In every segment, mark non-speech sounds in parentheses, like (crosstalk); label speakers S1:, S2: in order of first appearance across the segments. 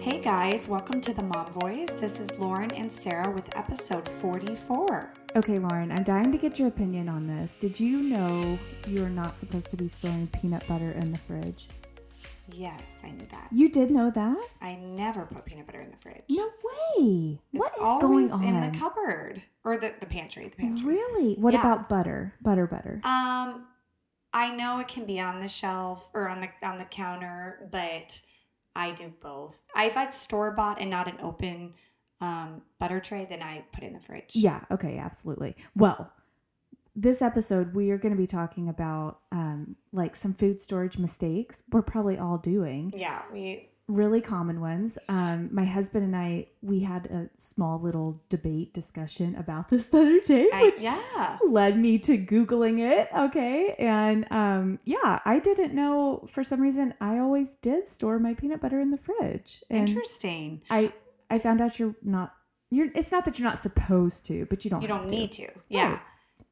S1: Hey guys, welcome to the Mom Voice. This is Lauren and Sarah with episode 44.
S2: Okay, Lauren, I'm dying to get your opinion on this. Did you know you are not supposed to be storing peanut butter in the fridge?
S1: Yes, I knew that.
S2: You did know that?
S1: I never put peanut butter in the fridge.
S2: No way. what
S1: it's
S2: is
S1: always
S2: going on?
S1: in the cupboard or the, the pantry. The pantry.
S2: Really? What
S1: Yeah.
S2: about butter? Butter, butter.
S1: Um, I know it can be on the shelf or on the on the counter, but I do both. If I store bought and not an open um, butter tray, then I put it in the fridge.
S2: yeah, okay, absolutely. Well, this episode, we are going to be talking about um, like some food storage mistakes we're probably all doing.
S1: yeah. We
S2: really common ones. Um, my husband and I, we had a small little debate discussion about this the other day,
S1: I,
S2: which
S1: yeah.
S2: led me to Googling it. Okay. And um, yeah, I didn't know for some reason I always did store my peanut butter in the fridge. And
S1: Interesting.
S2: I, I found out you're not, you're, it's not that you're not supposed to, but you don't
S1: You don't
S2: have to.
S1: need to. Yeah.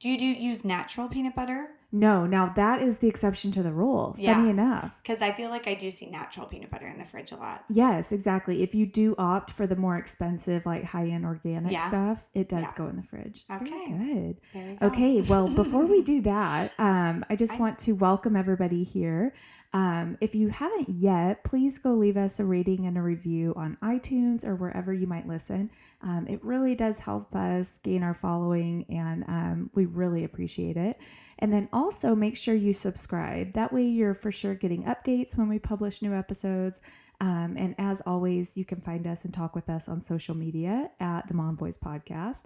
S1: Do you do use natural peanut butter?
S2: No, now that is the exception to the rule.
S1: Yeah.
S2: Funny enough.
S1: Because I feel like I do see natural peanut butter in the fridge a lot.
S2: Yes, exactly. If you do opt for the more expensive, like high end organic
S1: Yeah.
S2: stuff, it does
S1: Yeah.
S2: go in the fridge. Very
S1: Okay.
S2: good.
S1: There you go. (laughs)
S2: Okay, well, before (laughs) we do that, um, I just
S1: I-
S2: want to welcome everybody here. Um, if you haven't yet, please go leave us a rating and a review on iTunes or wherever you might listen. Um, it really does help us gain our following, and um, we really appreciate it. And then also make sure you subscribe. That way, you're for sure getting updates when we publish new episodes. Um, and as always, you can find us and talk with us on social media at the Mom Boys Podcast.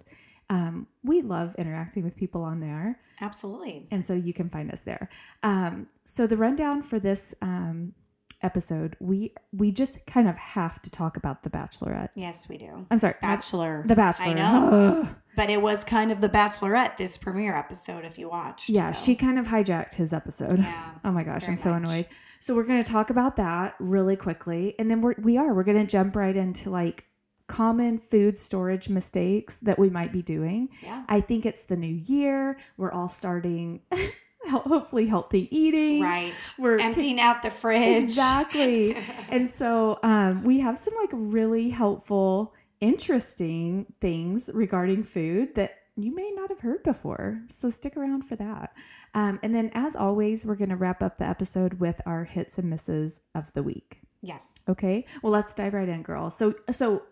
S2: Um, we love interacting with people on there,
S1: Absolutely.
S2: and so you can find us there. Um, so the rundown for this um, episode, we we just kind of have to talk about the Bachelorette.
S1: Yes, we do.
S2: I'm sorry, not-
S1: Bachelor.
S2: the Bachelor.
S1: I know.
S2: (laughs) Ugh.
S1: But it was kind of the Bachelorette this premiere episode, if you watched.
S2: Yeah,
S1: so.
S2: she kind of hijacked his episode.
S1: Yeah,
S2: (laughs) Oh my gosh,
S1: very
S2: I'm so
S1: much.
S2: annoyed. So we're going to talk about that really quickly, and then we're we are we're going to jump right into like common food storage mistakes that we might be doing.
S1: yeah,
S2: I think it's the new year. We're all starting, (laughs) hel- hopefully, healthy eating.
S1: right.
S2: We're
S1: Emptying out the fridge. (laughs)
S2: Exactly. and so um, we have some like really helpful, interesting things regarding food that you may not have heard before. So stick around for that. Um, and then, as always, we're going to wrap up the episode with our hits and misses of the week.
S1: yes.
S2: Okay. Well, let's dive right in, girl. So, so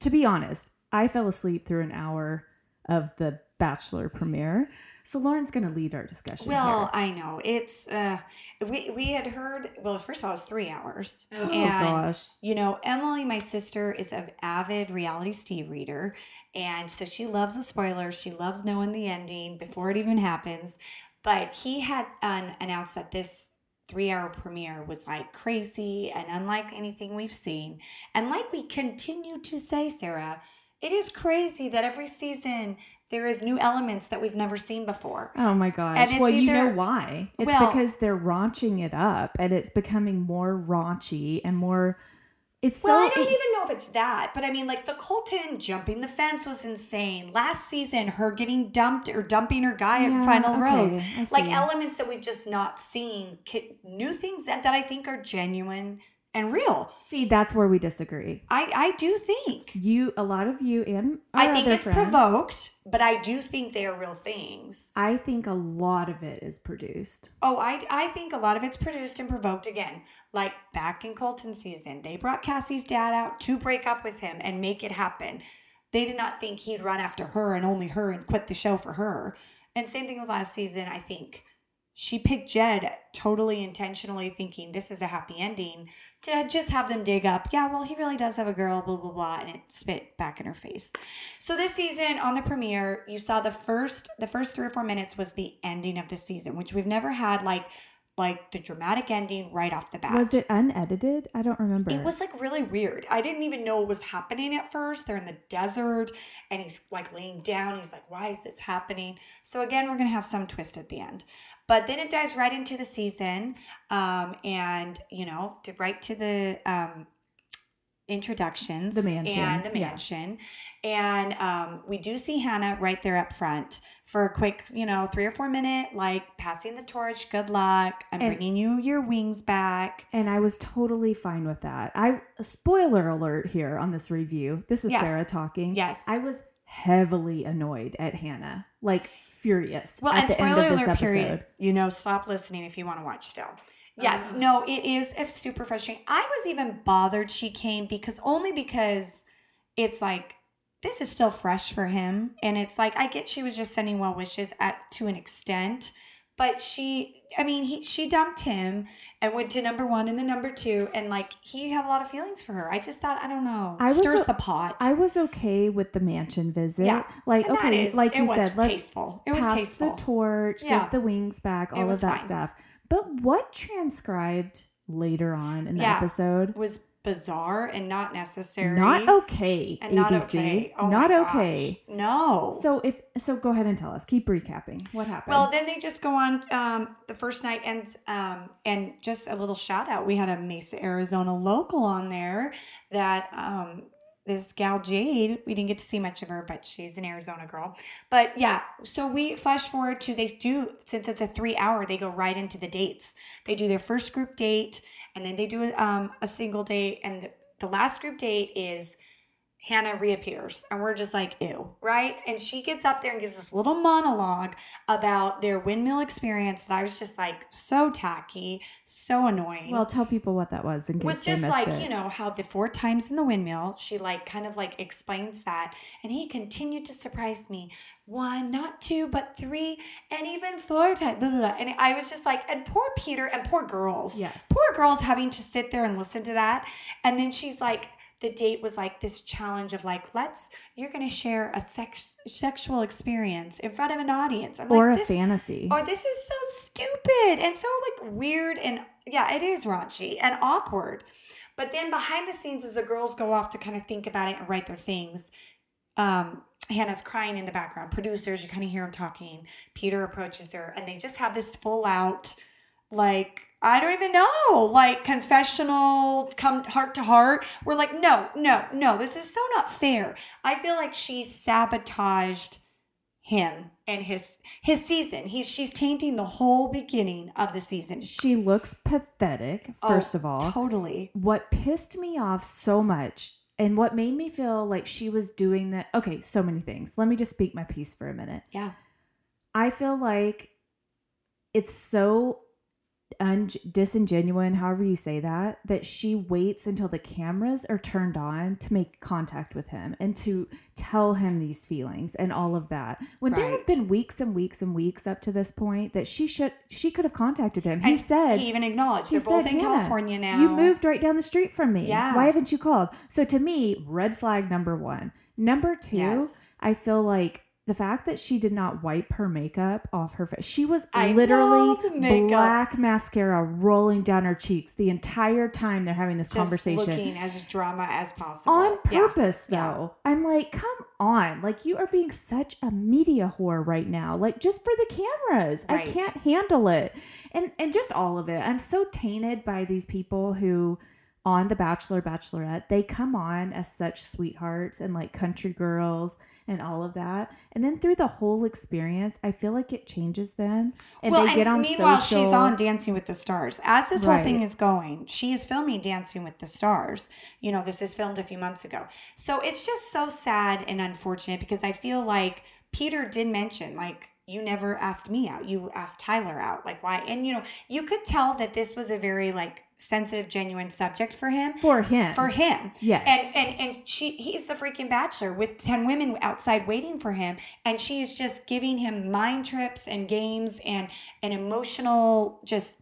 S2: to be honest, I fell asleep through an hour of the Bachelor premiere. So Lauren's going to lead our discussion.
S1: Well, I know it's. uh We we had heard. Well, first of all, it's three hours.
S2: here. oh
S1: and
S2: gosh.
S1: You know, Emily, my sister, is an avid reality Steve reader. And so she loves the spoilers. She loves knowing the ending before it even happens. But he had um, announced that this three hour premiere was like crazy and unlike anything we've seen. And like we continue to say, Sarah, it is crazy that every season there is new elements that we've never seen before.
S2: Oh my gosh.
S1: it's
S2: Well, you know
S1: either-
S2: why. It's
S1: Well-
S2: because they're raunching it up and it's becoming more raunchy and more. It's
S1: Well, I
S2: so.
S1: don't
S2: it-
S1: even know if it's that, but I mean, like the Colton jumping the fence was insane. Last season, her getting dumped or dumping her guy
S2: Yeah,
S1: at Final
S2: okay,
S1: Rose.
S2: I
S1: Like
S2: see.
S1: elements that we've just not seen, ki- new things that, that I think are genuine and real.
S2: See, that's where we disagree.
S1: I, I do think.
S2: You, a lot of you, and our
S1: I think
S2: other
S1: it's
S2: friends,
S1: provoked, but I do think they are real things.
S2: I think a lot of it is produced.
S1: Oh, I, I think a lot of it's produced and provoked again. Like back in Colton season, they brought Cassie's dad out to break up with him and make it happen. They did not think he'd run after her and only her and quit the show for her. And same thing with last season, I think. She picked Jed totally intentionally, thinking this is a happy ending to just have them dig up. Yeah, well, he really does have a girl, blah, blah, blah. And it spit back in her face. So this season on the premiere, you saw the first the first three or four minutes was the ending of the season, which we've never had like like the dramatic ending right off the bat.
S2: Was it unedited? I don't remember.
S1: It was like really weird. I didn't even know what was happening at first. They're in the desert and he's like laying down. He's like, why is this happening? So, again, we're going to have some twist at the end. But then it dives right into the season um, and, you know, to right to the um, introductions
S2: The mansion,
S1: and the
S2: yeah.
S1: mansion and um, we do see hannah right there up front for a quick you know three or four minute like passing the torch good luck i'm
S2: And-
S1: bringing you your wings back
S2: And I was totally fine with that. I spoiler alert here on this review. This is
S1: Yes.
S2: Sarah talking.
S1: yes
S2: I was heavily annoyed at Hannah, like furious
S1: Well,
S2: at
S1: and
S2: the end
S1: spoiler
S2: of this
S1: alert
S2: episode.
S1: period. You know, stop listening if you want to watch still. Yes,
S2: Ugh.
S1: no, it is it's super frustrating. I was even bothered she came because only because it's like this is still fresh for him, and it's like I get she was just sending well wishes at to an extent, but she, I mean, he she dumped him and went to number one and then number two, and like he had a lot of feelings for her. I just thought I don't know,
S2: I was
S1: stirs
S2: a-
S1: the pot.
S2: I was okay with the mansion visit.
S1: Yeah.
S2: Like,
S1: And that
S2: okay,
S1: is-
S2: like
S1: it
S2: you
S1: was
S2: said, let's
S1: tasteful. It was
S2: pass
S1: tasteful.
S2: the torch,
S1: Yeah.
S2: give the wings back,
S1: It
S2: all of
S1: was
S2: that
S1: fine.
S2: stuff. But what transcribed later on in the
S1: Yeah.
S2: episode?
S1: was bizarre and not necessary.
S2: Not okay.
S1: and not
S2: ABC.
S1: okay. Oh
S2: not
S1: my gosh.
S2: okay.
S1: No.
S2: So if so, go ahead and tell us. Keep recapping. What happened?
S1: well, then they just go on. Um, the first night ends, um, and just a little shout out. We had a Mesa, Arizona local on there that um, this gal Jade. We didn't get to see much of her, but she's an Arizona girl. But yeah, so we flash forward to they do since it's a three hour. They go right into the dates. They do their first group date, and then they do um, a single date, and the, the last group date is Hannah reappears, and we're just like, ew, right? And she gets up there and gives this little monologue about their windmill experience that I was just like, so tacky, so annoying.
S2: Well, tell people what that was in case
S1: With
S2: they
S1: just
S2: missed
S1: like,
S2: it.
S1: you know, how the four times in the windmill, she like kind of like explains that. And he continued to surprise me. One, not two, but three, and even four times. Blah, blah, blah. And I was just like, and poor Peter and poor girls
S2: yes.
S1: poor girl's having to sit there and listen to that. And then she's like, the date was like this challenge of like, let's, you're going to share a sex, sexual experience in front of an audience. I'm
S2: or
S1: like,
S2: a
S1: this,
S2: fantasy.
S1: or this is so stupid and so like weird. And yeah, it is raunchy and awkward. But then behind the scenes, as the girls go off to kind of think about it and write their things, um, Hannah's crying in the background. Producers, you kind of hear them talking. Peter approaches her, and they just have this full out, like I don't even know, like confessional, come heart to heart. We're like, no, no, no, this is so not fair. I feel like she sabotaged him and his his season. He's she's tainting the whole beginning of the season.
S2: she looks pathetic.
S1: Oh,
S2: First of all,
S1: Totally.
S2: what pissed me off so much and what made me feel like she was doing that okay so many things let me just speak my piece for a minute
S1: Yeah.
S2: i feel like it's so un- disingenuous however you say that that she waits until the cameras are turned on to make contact with him and to tell him these feelings and all of that when there
S1: Right.
S2: have been weeks and weeks and weeks up to this point that she should she could have contacted him he
S1: And
S2: said
S1: he even acknowledged
S2: he
S1: they're both
S2: said,
S1: in
S2: "Hannah,
S1: California now.
S2: you moved right down the street from me.
S1: Yeah.
S2: Why haven't you called? So to me, red flag number one. Number two,
S1: Yes.
S2: I feel like the fact that she did not wipe her makeup off her face. She was
S1: I
S2: literally
S1: know, the makeup.
S2: black mascara rolling down her cheeks the entire time they're having this
S1: Just
S2: conversation.
S1: looking as drama as possible
S2: On
S1: Yeah.
S2: purpose,
S1: Yeah.
S2: though. I'm like, come on. Like, you are being such a media whore right now. Like, just for the cameras.
S1: Right.
S2: I can't handle it. And and just all of it. I'm so tainted by these people who on The Bachelor, Bachelorette, they come on as such sweethearts and like country girls and all of that. And then through the whole experience, I feel like it changes them. And
S1: well,
S2: they get
S1: and
S2: on
S1: meanwhile,
S2: social.
S1: she's on Dancing with the Stars. As this whole thing
S2: Right.
S1: is going, she is filming Dancing with the Stars. You know, this is filmed a few months ago. So it's just so sad and unfortunate because I feel like Peter did mention, like, you never asked me out. You asked Tyler out. Like, why? And, you know, you could tell that this was a very, like, sensitive, genuine subject for him.
S2: for him.
S1: For him.
S2: Yes.
S1: And and and she he's the freaking bachelor with 10 women outside waiting for him and she's just giving him mind trips and games and an emotional just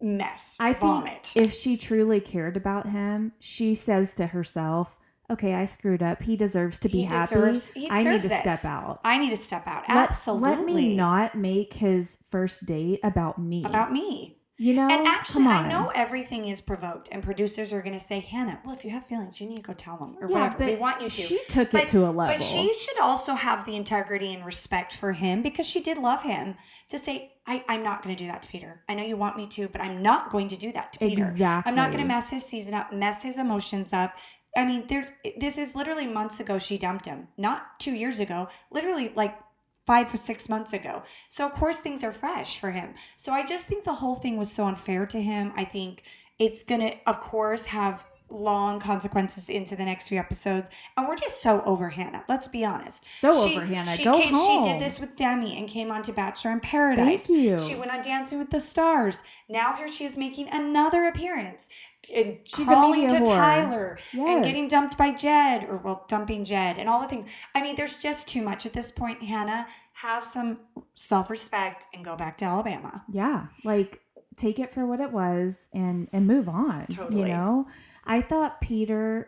S1: mess.
S2: I
S1: vomit.
S2: think if she truly cared about him, she says to herself, "Okay, I screwed up. He deserves to be
S1: He
S2: happy.
S1: deserves- he
S2: I need
S1: deserves
S2: to
S1: this.
S2: step out.
S1: I need to step out.
S2: Let-
S1: Absolutely.
S2: Let me not make his first date about me.
S1: about me.
S2: you know.
S1: and actually
S2: Come
S1: I
S2: on.
S1: know everything is provoked and producers are going to say, "Hannah, well if you have feelings, you need to go tell them or
S2: Yeah,
S1: whatever.
S2: but
S1: We want you to."
S2: she took
S1: But-
S2: it to a level.
S1: But she should also have the integrity and respect for him because she did love him to say, I, I'm not going to do that to Peter. I know you want me to, but I'm not going to do that to Peter.
S2: exactly.
S1: I'm not going to mess his season up, mess his emotions up, I mean, there's this is literally months ago she dumped him, not two years ago, literally like five or six months ago. So of course things are fresh for him. So I just think the whole thing was so unfair to him. I think it's gonna, of course, have long consequences into the next few episodes. And we're just so over Hannah. Let's be honest.
S2: So
S1: She-
S2: over Hannah.
S1: She
S2: Go
S1: came,
S2: home.
S1: She did this with Demi and came on to Bachelor in Paradise.
S2: Thank you.
S1: She went on Dancing with the Stars. Now here she is making another appearance and
S2: She's a
S1: calling
S2: media
S1: to
S2: whore.
S1: Tyler and
S2: Yes.
S1: getting dumped by Jed or well dumping Jed and all the things. I mean, there's just too much at this point. Hannah, have some self-respect and go back to Alabama.
S2: yeah like take it for what it was and and move on
S1: Totally.
S2: you know i thought peter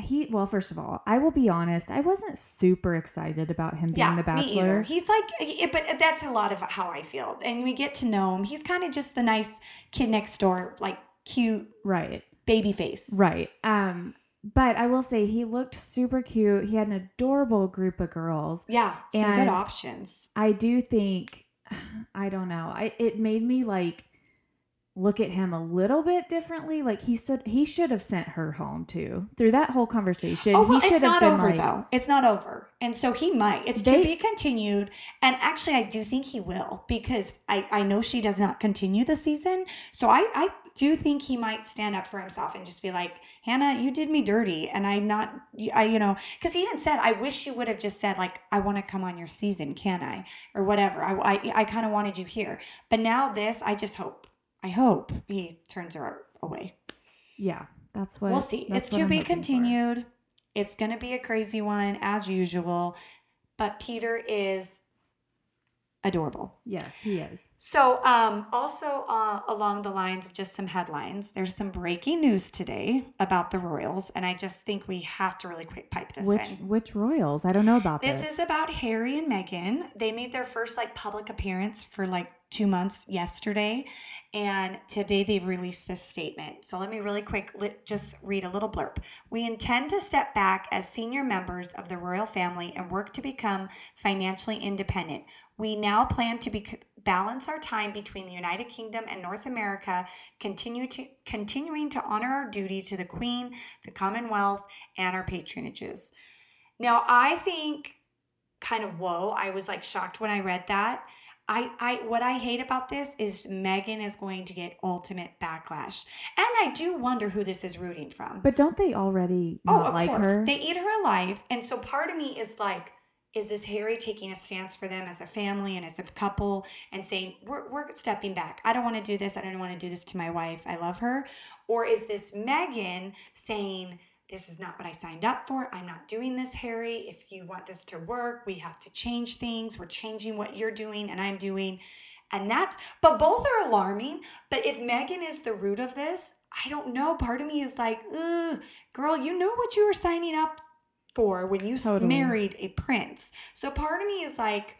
S2: he well first of all i will be honest i wasn't super excited about him being
S1: yeah,
S2: the
S1: me either.
S2: bachelor
S1: He's like, he- but that's a lot of how I feel. And we get to know him. He's kind of just the nice kid next door, like cute
S2: right
S1: baby face.
S2: right um but i will say he looked super cute he had an adorable group of girls
S1: Yeah, some good
S2: And-
S1: options.
S2: i do think (sighs) i don't know I, it made me like look at him a little bit differently like he said he should have sent her home too through that whole conversation
S1: Oh, well,
S2: he should
S1: it's not
S2: have been
S1: over
S2: like
S1: though. It's not over, and so he might. It's
S2: They-
S1: to be continued. And actually, I do think he will because I I know she does not continue the season. So I I do think he might stand up for himself and just be like, Hannah, you did me dirty, and I'm not. I you know because he even said, I wish you would have just said like, I want to come on your season, can I, or whatever. I I, I kind of wanted you here, but now this, I just hope. I hope he turns her away.
S2: Yeah, that's what
S1: we'll see.
S2: that's
S1: It's
S2: what
S1: to
S2: I'm
S1: be
S2: looking for.
S1: continued. It's going to be a crazy one as usual, but Peter is adorable.
S2: Yes, he is.
S1: So, um, also uh, along the lines of just some headlines, there's some breaking news today about the Royals, and I just think we have to really quick pipe this
S2: Which
S1: in.
S2: which royals? I don't know about this.
S1: This is about Harry and Meghan. They made their first like public appearance for like two months yesterday, and today they've released this statement. So let me really quick li- just read a little blurb. We intend to step back as senior members of the royal family and work to become financially independent. We now plan to be, balance our time between the United Kingdom and North America, continue to continuing to honor our duty to the Queen, the Commonwealth, and our patronages. Now I think kind of whoa, I was like shocked when I read that. I, I what I hate about this is Megan is going to get ultimate backlash. And I do wonder who this is rooting from.
S2: but don't they already not like her?
S1: Oh, They eat her alive. And so part of me is like, is this Harry taking a stance for them as a family and as a couple and saying, we're, we're stepping back. I don't want to do this. I don't want to do this to my wife. I love her. Or is this Megan saying, this is not what I signed up for. I'm not doing this, Harry. If you want this to work, we have to change things. We're changing what you're doing and I'm doing. And that's, but both are alarming. But if Megan is the root of this, I don't know. Part of me is like, ugh, girl, you know what you were signing up for when you s-
S2: Totally.
S1: married a prince. So part of me is like,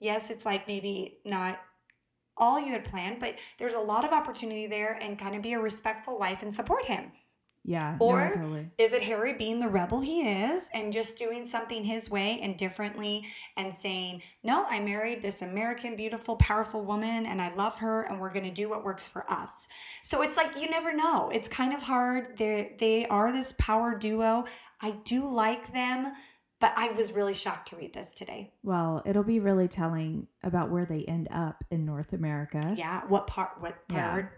S1: yes, it's like maybe not all you had planned, but there's a lot of opportunity there and kind of be a respectful wife and support him.
S2: yeah.
S1: or-
S2: no, totally.
S1: Is it Harry being the rebel he is and just doing something his way and differently and saying, No, I married this American, beautiful, powerful woman and I love her and we're going to do what works for us? So it's like you never know. It's kind of hard. They're, they are this power duo. I do like them, but I was really shocked to read this today.
S2: Well, it'll be really telling about where they end up in North America.
S1: Yeah. What part, what
S2: Yeah.
S1: part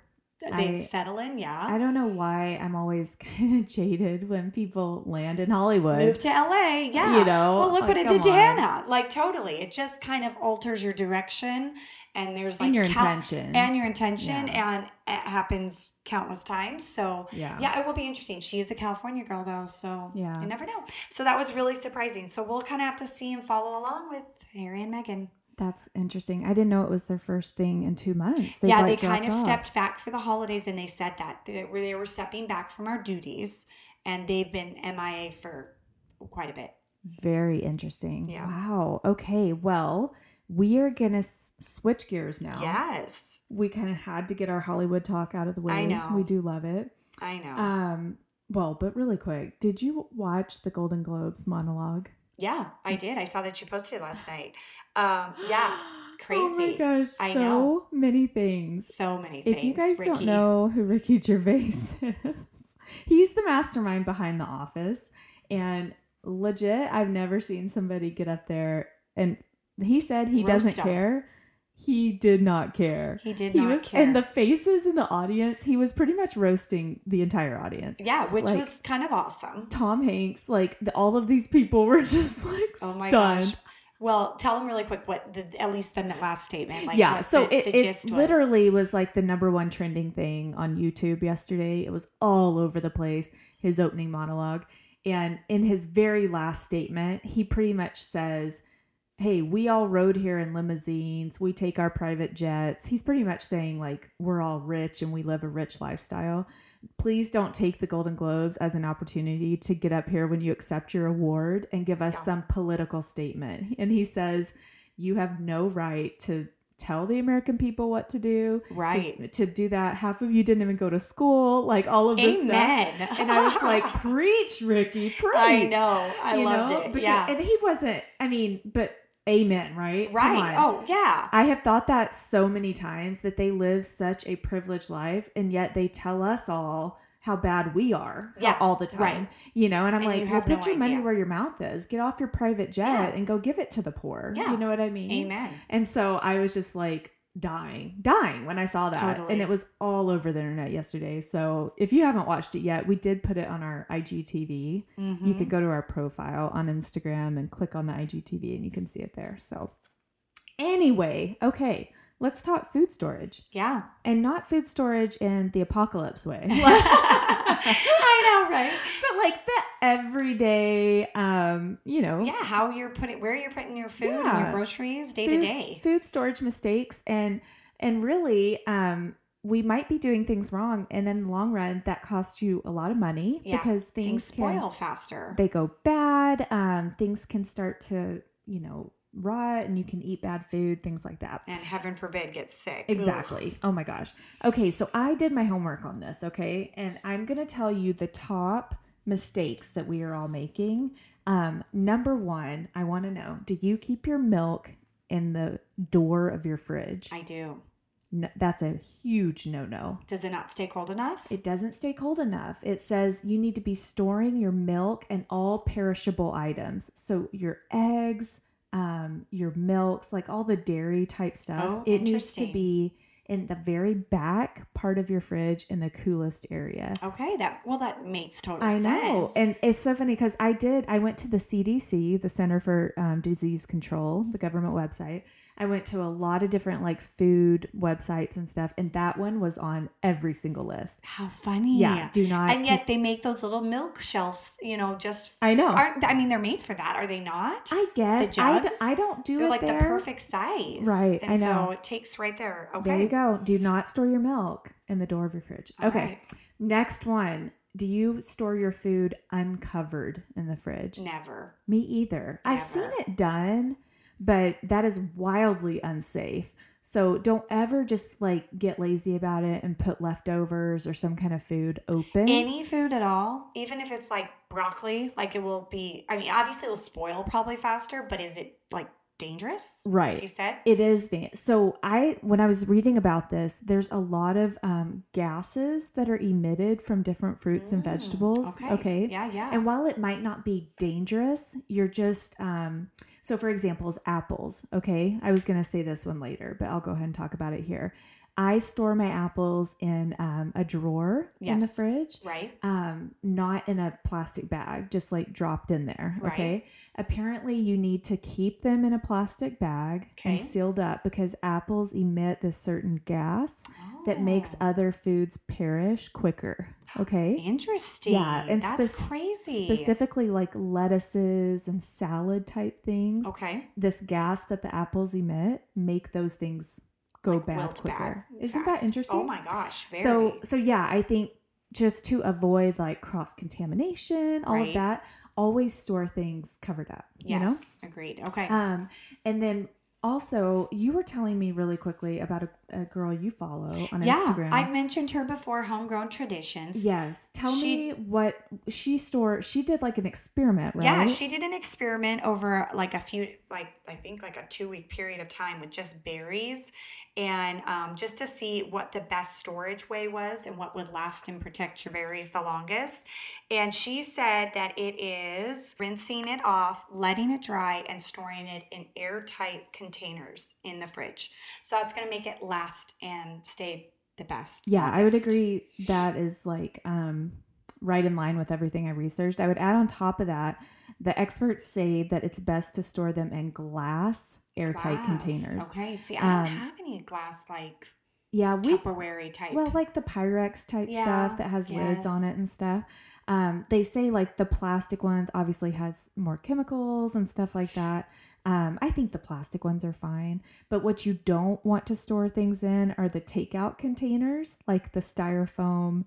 S1: they
S2: I-
S1: settle in? Yeah.
S2: I don't know why I'm always (laughs) kind of jaded when people land in Hollywood.
S1: Move to LA. Yeah.
S2: You know,
S1: Well, look
S2: like,
S1: what it
S2: come
S1: did to
S2: on.
S1: Hannah. Like, totally. It just kind of alters your direction, and there's like
S2: and your
S1: count-
S2: intentions.
S1: and your intention,
S2: Yeah.
S1: and it happens countless times. So,
S2: yeah.
S1: yeah, it will be interesting. She is a California girl, though, so
S2: Yeah.
S1: you never know. So that was really surprising. So we'll kind of have to see and follow along with Harry and Meghan.
S2: That's interesting. I didn't know it was their first thing in two months. They've,
S1: yeah,
S2: like,
S1: they kind of
S2: dropped off.
S1: stepped back for the holidays, and they said that they were they were stepping back from our duties, and they've been MIA for quite a bit.
S2: Very interesting.
S1: Yeah.
S2: Wow. Okay. Well, we are going to s- switch gears now.
S1: Yes,
S2: We kind of had to get our Hollywood talk out of the way.
S1: I know.
S2: We do love it.
S1: I know.
S2: Um, well, but really quick, did you watch the Golden Globes monologue?
S1: Yeah, I did. I saw that you posted last night. Um, yeah,
S2: (gasps) Oh my
S1: crazy.
S2: gosh.
S1: I
S2: so
S1: know.
S2: many things.
S1: so many
S2: If
S1: things.
S2: you guys don't
S1: Ricky.
S2: know who Ricky Gervais (laughs) is, He's the mastermind behind The Office. And legit, I've never seen somebody get up there and he said he
S1: Roast
S2: doesn't
S1: him.
S2: care. He did not care.
S1: He did
S2: He
S1: not
S2: was
S1: care.
S2: and the faces in the audience, he was pretty much roasting the entire audience.
S1: yeah, which
S2: like-
S1: was kind of awesome.
S2: Tom Hanks, like the, all of these people (laughs) were just like
S1: Oh my
S2: stunned.
S1: gosh. Well, tell them really quick what the, at least the last statement. Like
S2: yeah,
S1: what
S2: so
S1: the,
S2: it,
S1: the
S2: it
S1: gist was.
S2: literally was like the number one trending thing on YouTube yesterday. It was all over the place, his opening monologue. And in his very last statement, he pretty much says, Hey, we all rode here in limousines. We take our private jets. He's pretty much saying, like, we're all rich and we live a rich lifestyle. Please don't take the Golden Globes as an opportunity to get up here when you accept your award and give us
S1: Yeah.
S2: some political statement. And he says, You have no right to tell the American people what to do. to-
S1: right.
S2: To, do that, half of you didn't even go to school, like all of this stuff.
S1: Amen.
S2: And I was
S1: (laughs)
S2: like, preach, Ricky, preach.
S1: I know. I
S2: You
S1: loved
S2: know?
S1: it.
S2: Because-
S1: yeah.
S2: And he wasn't, I mean, but amen, right? Come
S1: right.
S2: on.
S1: Oh yeah.
S2: I have thought that so many times that they live such a privileged life and yet they tell us all how bad we are
S1: Yeah,
S2: all the time.
S1: right.
S2: You know, and I'm
S1: And you
S2: like, well,
S1: have no
S2: put your money
S1: idea.
S2: where your mouth is. Get off your private jet
S1: Yeah.
S2: and go give it to the poor.
S1: Yeah.
S2: You know what I mean?
S1: Amen.
S2: And so I was just like dying, dying when I saw that.
S1: Totally.
S2: And it was all over the internet yesterday. So if you haven't watched it yet, we did put it on our IGTV. You
S1: Mhm.
S2: could go to our profile on Instagram and click on the IGTV and you can see it there. So, anyway, okay, let's talk food storage (laughs)
S1: Yeah. (laughs)
S2: and not food storage in the apocalypse way, (laughs)
S1: I know, right?
S2: but like the everyday, um, you know,
S1: Yeah, how you're putting, where you're putting your food and your
S2: Yeah.
S1: groceries day to
S2: food,
S1: day.
S2: food storage mistakes and and really um we might be doing things wrong and in the long run that costs you a lot of money
S1: Yeah,
S2: because
S1: Things
S2: things,
S1: spoil faster.
S2: can they go bad um things can start to you know rot and you can eat bad food things like that
S1: and heaven forbid get sick. Ugh.
S2: Exactly. Oh my gosh. Okay, so I did my homework on this, okay? And I'm going to tell you the top mistakes that we are all making. Um, number one, I want to know do you keep your milk in the door of your fridge?
S1: I do.
S2: No, that's a huge no no.
S1: Does it not stay cold enough?
S2: It doesn't stay cold enough. It says you need to be storing your milk and all perishable items. So your eggs, um, your milks, like all the dairy type stuff.
S1: Oh,
S2: it needs to
S1: interesting.
S2: be in the very back part of your fridge in the coolest area.
S1: okay, that well, that Oh, makes total
S2: I
S1: sense.
S2: know. And it's so funny because I did, I went to the CDC, the Center for um, Disease Control, the government website. I went to a lot of different like food websites and stuff, and that one was on every single list.
S1: how funny.
S2: Yeah, do not.
S1: And yet they make those little milk shelves, you know, just
S2: I know.
S1: aren't I mean they're made for that, are they not?
S2: I guess
S1: the
S2: I, d-
S1: jugs?
S2: I don't do
S1: they're
S2: it
S1: like
S2: there.
S1: the perfect size.
S2: Right,
S1: And
S2: I know.
S1: so it takes right there. Okay.
S2: There you go. Do not store your milk in the door of your fridge.
S1: All
S2: okay.
S1: right.
S2: Next one. Do you store your food uncovered in the fridge?
S1: Never.
S2: Me either. I've seen
S1: Never.
S2: it done, but that is wildly unsafe. So don't ever just like get lazy about it and put leftovers or some kind of food open.
S1: Any food at all, even if it's like broccoli, like it will be I mean, obviously it will spoil probably faster, but is it like dangerous?
S2: right.
S1: Like you said?
S2: It is dan- so. I when I was reading about this, there's a lot of um, gases that are emitted from different fruits and
S1: Mm,
S2: vegetables. Okay.
S1: Yeah, yeah.
S2: And while it might not be dangerous, you're just um, so. For example, is apples. Okay, I was gonna say this one later, but I'll go ahead and talk about it here. I store my apples in um, a drawer in the
S1: Yes.
S2: fridge
S1: right?
S2: um not in a plastic bag just like dropped in there
S1: Right.
S2: okay apparently you need to keep them in a plastic bag and
S1: Okay.
S2: sealed up because apples emit this certain gas that makes
S1: Oh,
S2: other foods perish quicker okay
S1: interesting.
S2: Yeah, and
S1: that's
S2: spec-
S1: crazy.
S2: specifically like lettuces and salad type things
S1: Okay.
S2: this gas that the apples emit make those things go
S1: Like,
S2: bad
S1: wilt
S2: quicker
S1: back
S2: isn't
S1: fast.
S2: that interesting
S1: Oh my gosh, very.
S2: so so yeah i think just to avoid like cross contamination all
S1: Right.
S2: of that always store things covered up
S1: yes, agreed. Okay.
S2: you know um and then Also, you were telling me really quickly about a, a girl you follow on
S1: yeah,
S2: Instagram.
S1: I've mentioned her before, Homegrown Traditions.
S2: Yes. Tell
S1: She-
S2: me what she store. She did like an experiment, right?
S1: Yeah, she did an experiment over like a few, like I think like a two week period of time with just berries and um, just to see what the best storage way was and what would last and protect your berries the longest. And she said that it is rinsing it off, letting it dry, and storing it in airtight containers in the fridge. So that's going to make it last and stay the best.
S2: yeah, I would
S1: longest.
S2: agree that is like um, right in line with everything I researched. I would add on top of that, the experts say that it's best to store them in glass, airtight
S1: Glass.
S2: containers.
S1: Okay. See, I
S2: Um,
S1: don't have any glass like
S2: Yeah, we
S1: Tupperware type.
S2: well like the Pyrex type
S1: Yeah,
S2: stuff that has lids on
S1: yes.
S2: it and stuff. Um, they say like the plastic ones obviously has more chemicals and stuff like that. Um, I think the plastic ones are fine, but what you don't want to store things in are the takeout containers, like the styrofoam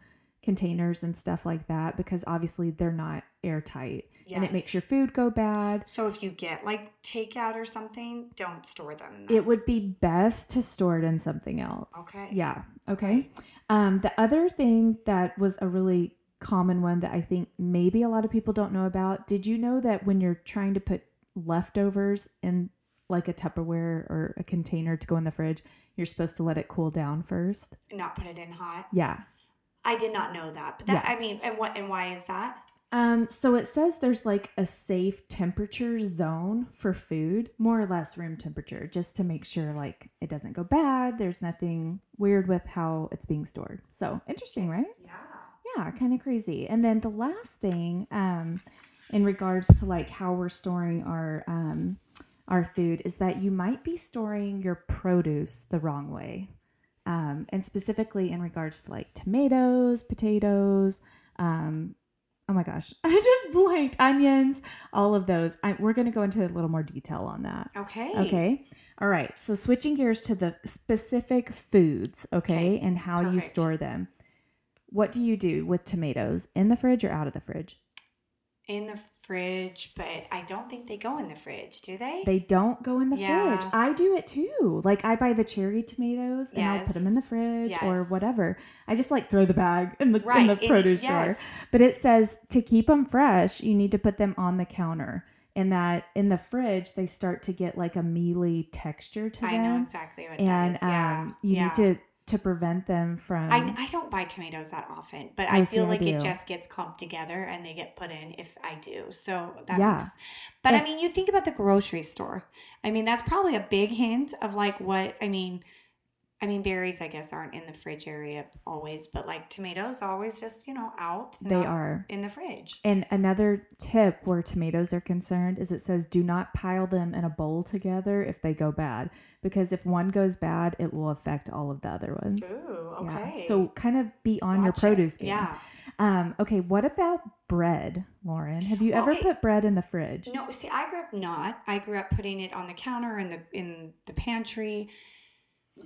S2: containers and stuff like that, because obviously they're not airtight and it
S1: Yes.
S2: makes your food go bad.
S1: So if you get like takeout or something, don't store them. in that.
S2: It would be best to store it in something else.
S1: Okay.
S2: Yeah. Okay. Um, the other thing that was a really common one that I think maybe a lot of people don't know about. Did you know that when you're trying to put leftovers in like a Tupperware or a container to go in the fridge, you're supposed to let it cool down first?
S1: not put it in hot.
S2: Yeah.
S1: I did not know that, but that I mean, and what and why is that?
S2: Um, so it says there's like a safe temperature zone for food, more or less room temperature, just to make sure like it doesn't go bad. There's nothing weird with how it's being stored. So interesting, right?
S1: Yeah.
S2: Yeah, kind of crazy. And then the last thing, um, in regards to like how we're storing our um, our food, is that you might be storing your produce the wrong way, um, and specifically in regards to like tomatoes, potatoes. Um, oh my gosh, (laughs) I just blanked. Onions, all of those. I, we're going to go into a little more detail on that.
S1: Okay.
S2: Okay. All right. So switching gears to the specific foods, okay,
S1: Okay,
S2: and how you
S1: perfect.
S2: store them. What do you do with tomatoes in the fridge or out of the fridge?
S1: In the fridge, but I don't think they go in the fridge, do they?
S2: They don't go in the fridge.
S1: Yeah.
S2: I do it too. Like I buy the cherry tomatoes and I'll put them in the
S1: Yes.
S2: fridge or
S1: Yes.
S2: whatever. I just like throw the bag in the
S1: right
S2: in the
S1: it-
S2: produce drawer.
S1: yes.
S2: But it says to keep them fresh, you need to put them on the counter. And that in the fridge, they start to get like a mealy texture to
S1: I
S2: them.
S1: know exactly what
S2: and
S1: that is. yeah.
S2: um, you
S1: yeah.
S2: need to to prevent them from.
S1: I, I don't buy tomatoes that often, but
S2: Oh,
S1: I
S2: see,
S1: feel
S2: Mm-hmm. I
S1: like
S2: do.
S1: it just gets clumped together and they get put in if I do. So that
S2: Yeah.
S1: makes. But
S2: And-
S1: I mean, you think about the grocery store. I mean, that's probably a big hint of like what I mean. I mean, berries, I guess, aren't in the fridge area always, but like tomatoes, always just you know out.
S2: they
S1: not
S2: are.
S1: in the fridge.
S2: And another tip where tomatoes are concerned is it says do not pile them in a bowl together if they go bad because if one goes bad, it will affect all of the other ones.
S1: Ooh,
S2: Yeah.
S1: okay.
S2: So kind of be on your
S1: Watch it.
S2: produce game.
S1: Yeah.
S2: Um, okay. What about bread, Lauren? Have you ever
S1: Okay.
S2: put bread in the fridge?
S1: No, see, I grew up not. I grew up putting it on the counter in the in the pantry.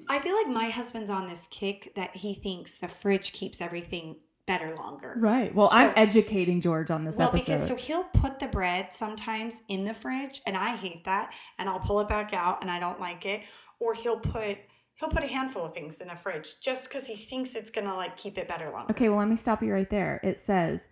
S1: I feel like my husband's on this kick that he thinks the fridge keeps everything better longer.
S2: Right. Well, I'm
S1: So-
S2: educating George on this
S1: Well,
S2: episode.
S1: because so he'll put the bread sometimes in the fridge, and I hate that, and I'll pull it back out, and I don't like it. Or he'll put he'll put a handful of things in the fridge just because he thinks it's gonna like keep it better longer.
S2: Okay, well, let me stop you right there. It says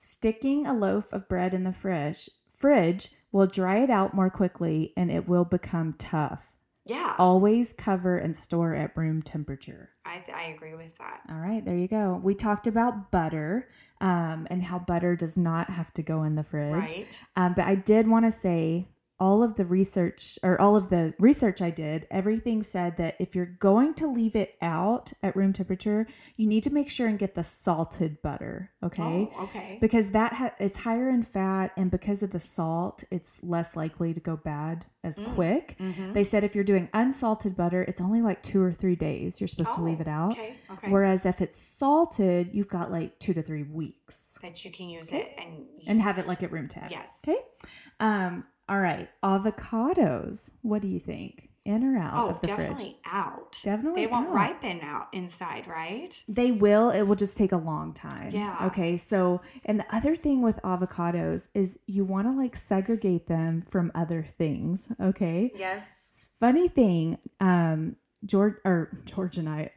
S2: sticking a loaf of bread in the fridge fridge will dry it out more quickly and it will become tough.
S1: Yeah,
S2: Oh. Always cover and store at room temperature.
S1: I I agree with that.
S2: All right, there you go. We talked about butter um, and how butter does not have to go in the fridge.
S1: Right.
S2: Um, but I did want to say all of the research or all of the research I did, everything said that if you're going to leave it out at room temperature, you need to make sure and get the salted butter, okay?
S1: Oh, okay.
S2: Because that ha- it's higher in fat, and because of the salt, it's less likely to go bad as
S1: Mm.
S2: quick.
S1: Mhm.
S2: They said if you're doing unsalted butter, it's only like two or three days you're supposed to
S1: Oh,
S2: leave it out.
S1: Okay. Okay.
S2: Whereas if it's salted, you've got like two to three weeks
S1: that you can use
S2: Okay.
S1: it and
S2: and
S1: use-
S2: have it like at room temp.
S1: yes.
S2: Okay. Um, all right. Avocados. What do you think? in or out
S1: Oh,
S2: of the
S1: definitely
S2: fridge.
S1: out.
S2: Definitely.
S1: They won't
S2: out.
S1: ripen out inside, right?
S2: They will. It will just take a long time.
S1: Yeah.
S2: Okay. So, and the other thing with avocados is you want to like segregate them from other things. Okay.
S1: Yes.
S2: Funny thing, um, George or George and I,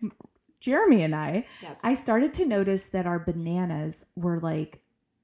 S2: Jeremy and I,
S1: Yes.
S2: I started to notice that our bananas were like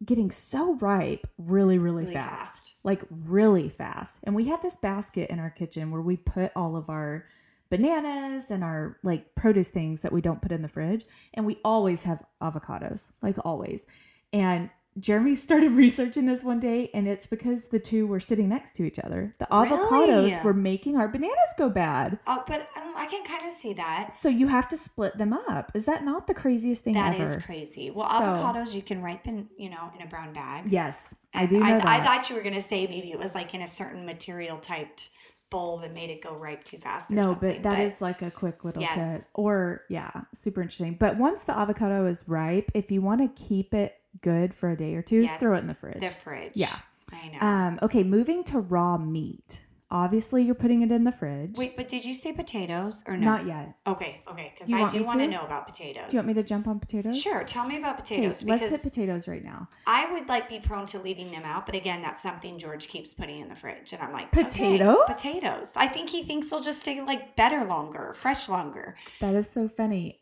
S2: getting so ripe really, really, fast. Like really fast. And we had this basket in our kitchen where we put all of our bananas and our like produce things that we don't put in the fridge. And we always have avocados, like always. And Jeremy (laughs) started researching this one day, and it's because the two were sitting next to each other. The avocados
S1: Really?
S2: were making our bananas go bad.
S1: Oh, but um, I can kind of see that.
S2: So you have to split them up. Is that not the craziest thing
S1: That is
S2: ever?
S1: crazy. Well,
S2: So-
S1: avocados you can ripen, you know, in a brown bag.
S2: Yes, I
S1: And
S2: do know
S1: I,
S2: that.
S1: I thought you were gonna say maybe it was like in a certain material typed bowl that made it go ripe too fast. Or
S2: no,
S1: something,
S2: but that is like a quick little
S1: Yes.
S2: tip. Or yeah, super interesting. But once the avocado is ripe, if you want to keep it good for a day or two,
S1: Yes.
S2: throw it in the fridge.
S1: the fridge.
S2: Yeah.
S1: I know.
S2: Um, okay, moving to raw meat. Obviously, you're putting it in the fridge.
S1: Wait, but did you say potatoes or no?
S2: not yet.
S1: Okay, okay, because
S2: You
S1: I
S2: want
S1: do
S2: me
S1: want to
S2: to?
S1: know about potatoes.
S2: Do you want me to jump on potatoes?
S1: Sure, tell me about
S2: Okay,
S1: potatoes
S2: let's
S1: because
S2: hit potatoes right now.
S1: I would like be prone to leaving them out, but again, that's something George keeps putting in the fridge, and I'm like okay,
S2: Potatoes?
S1: potatoes. I think he thinks they'll just stay like better longer, fresh longer.
S2: That is so funny.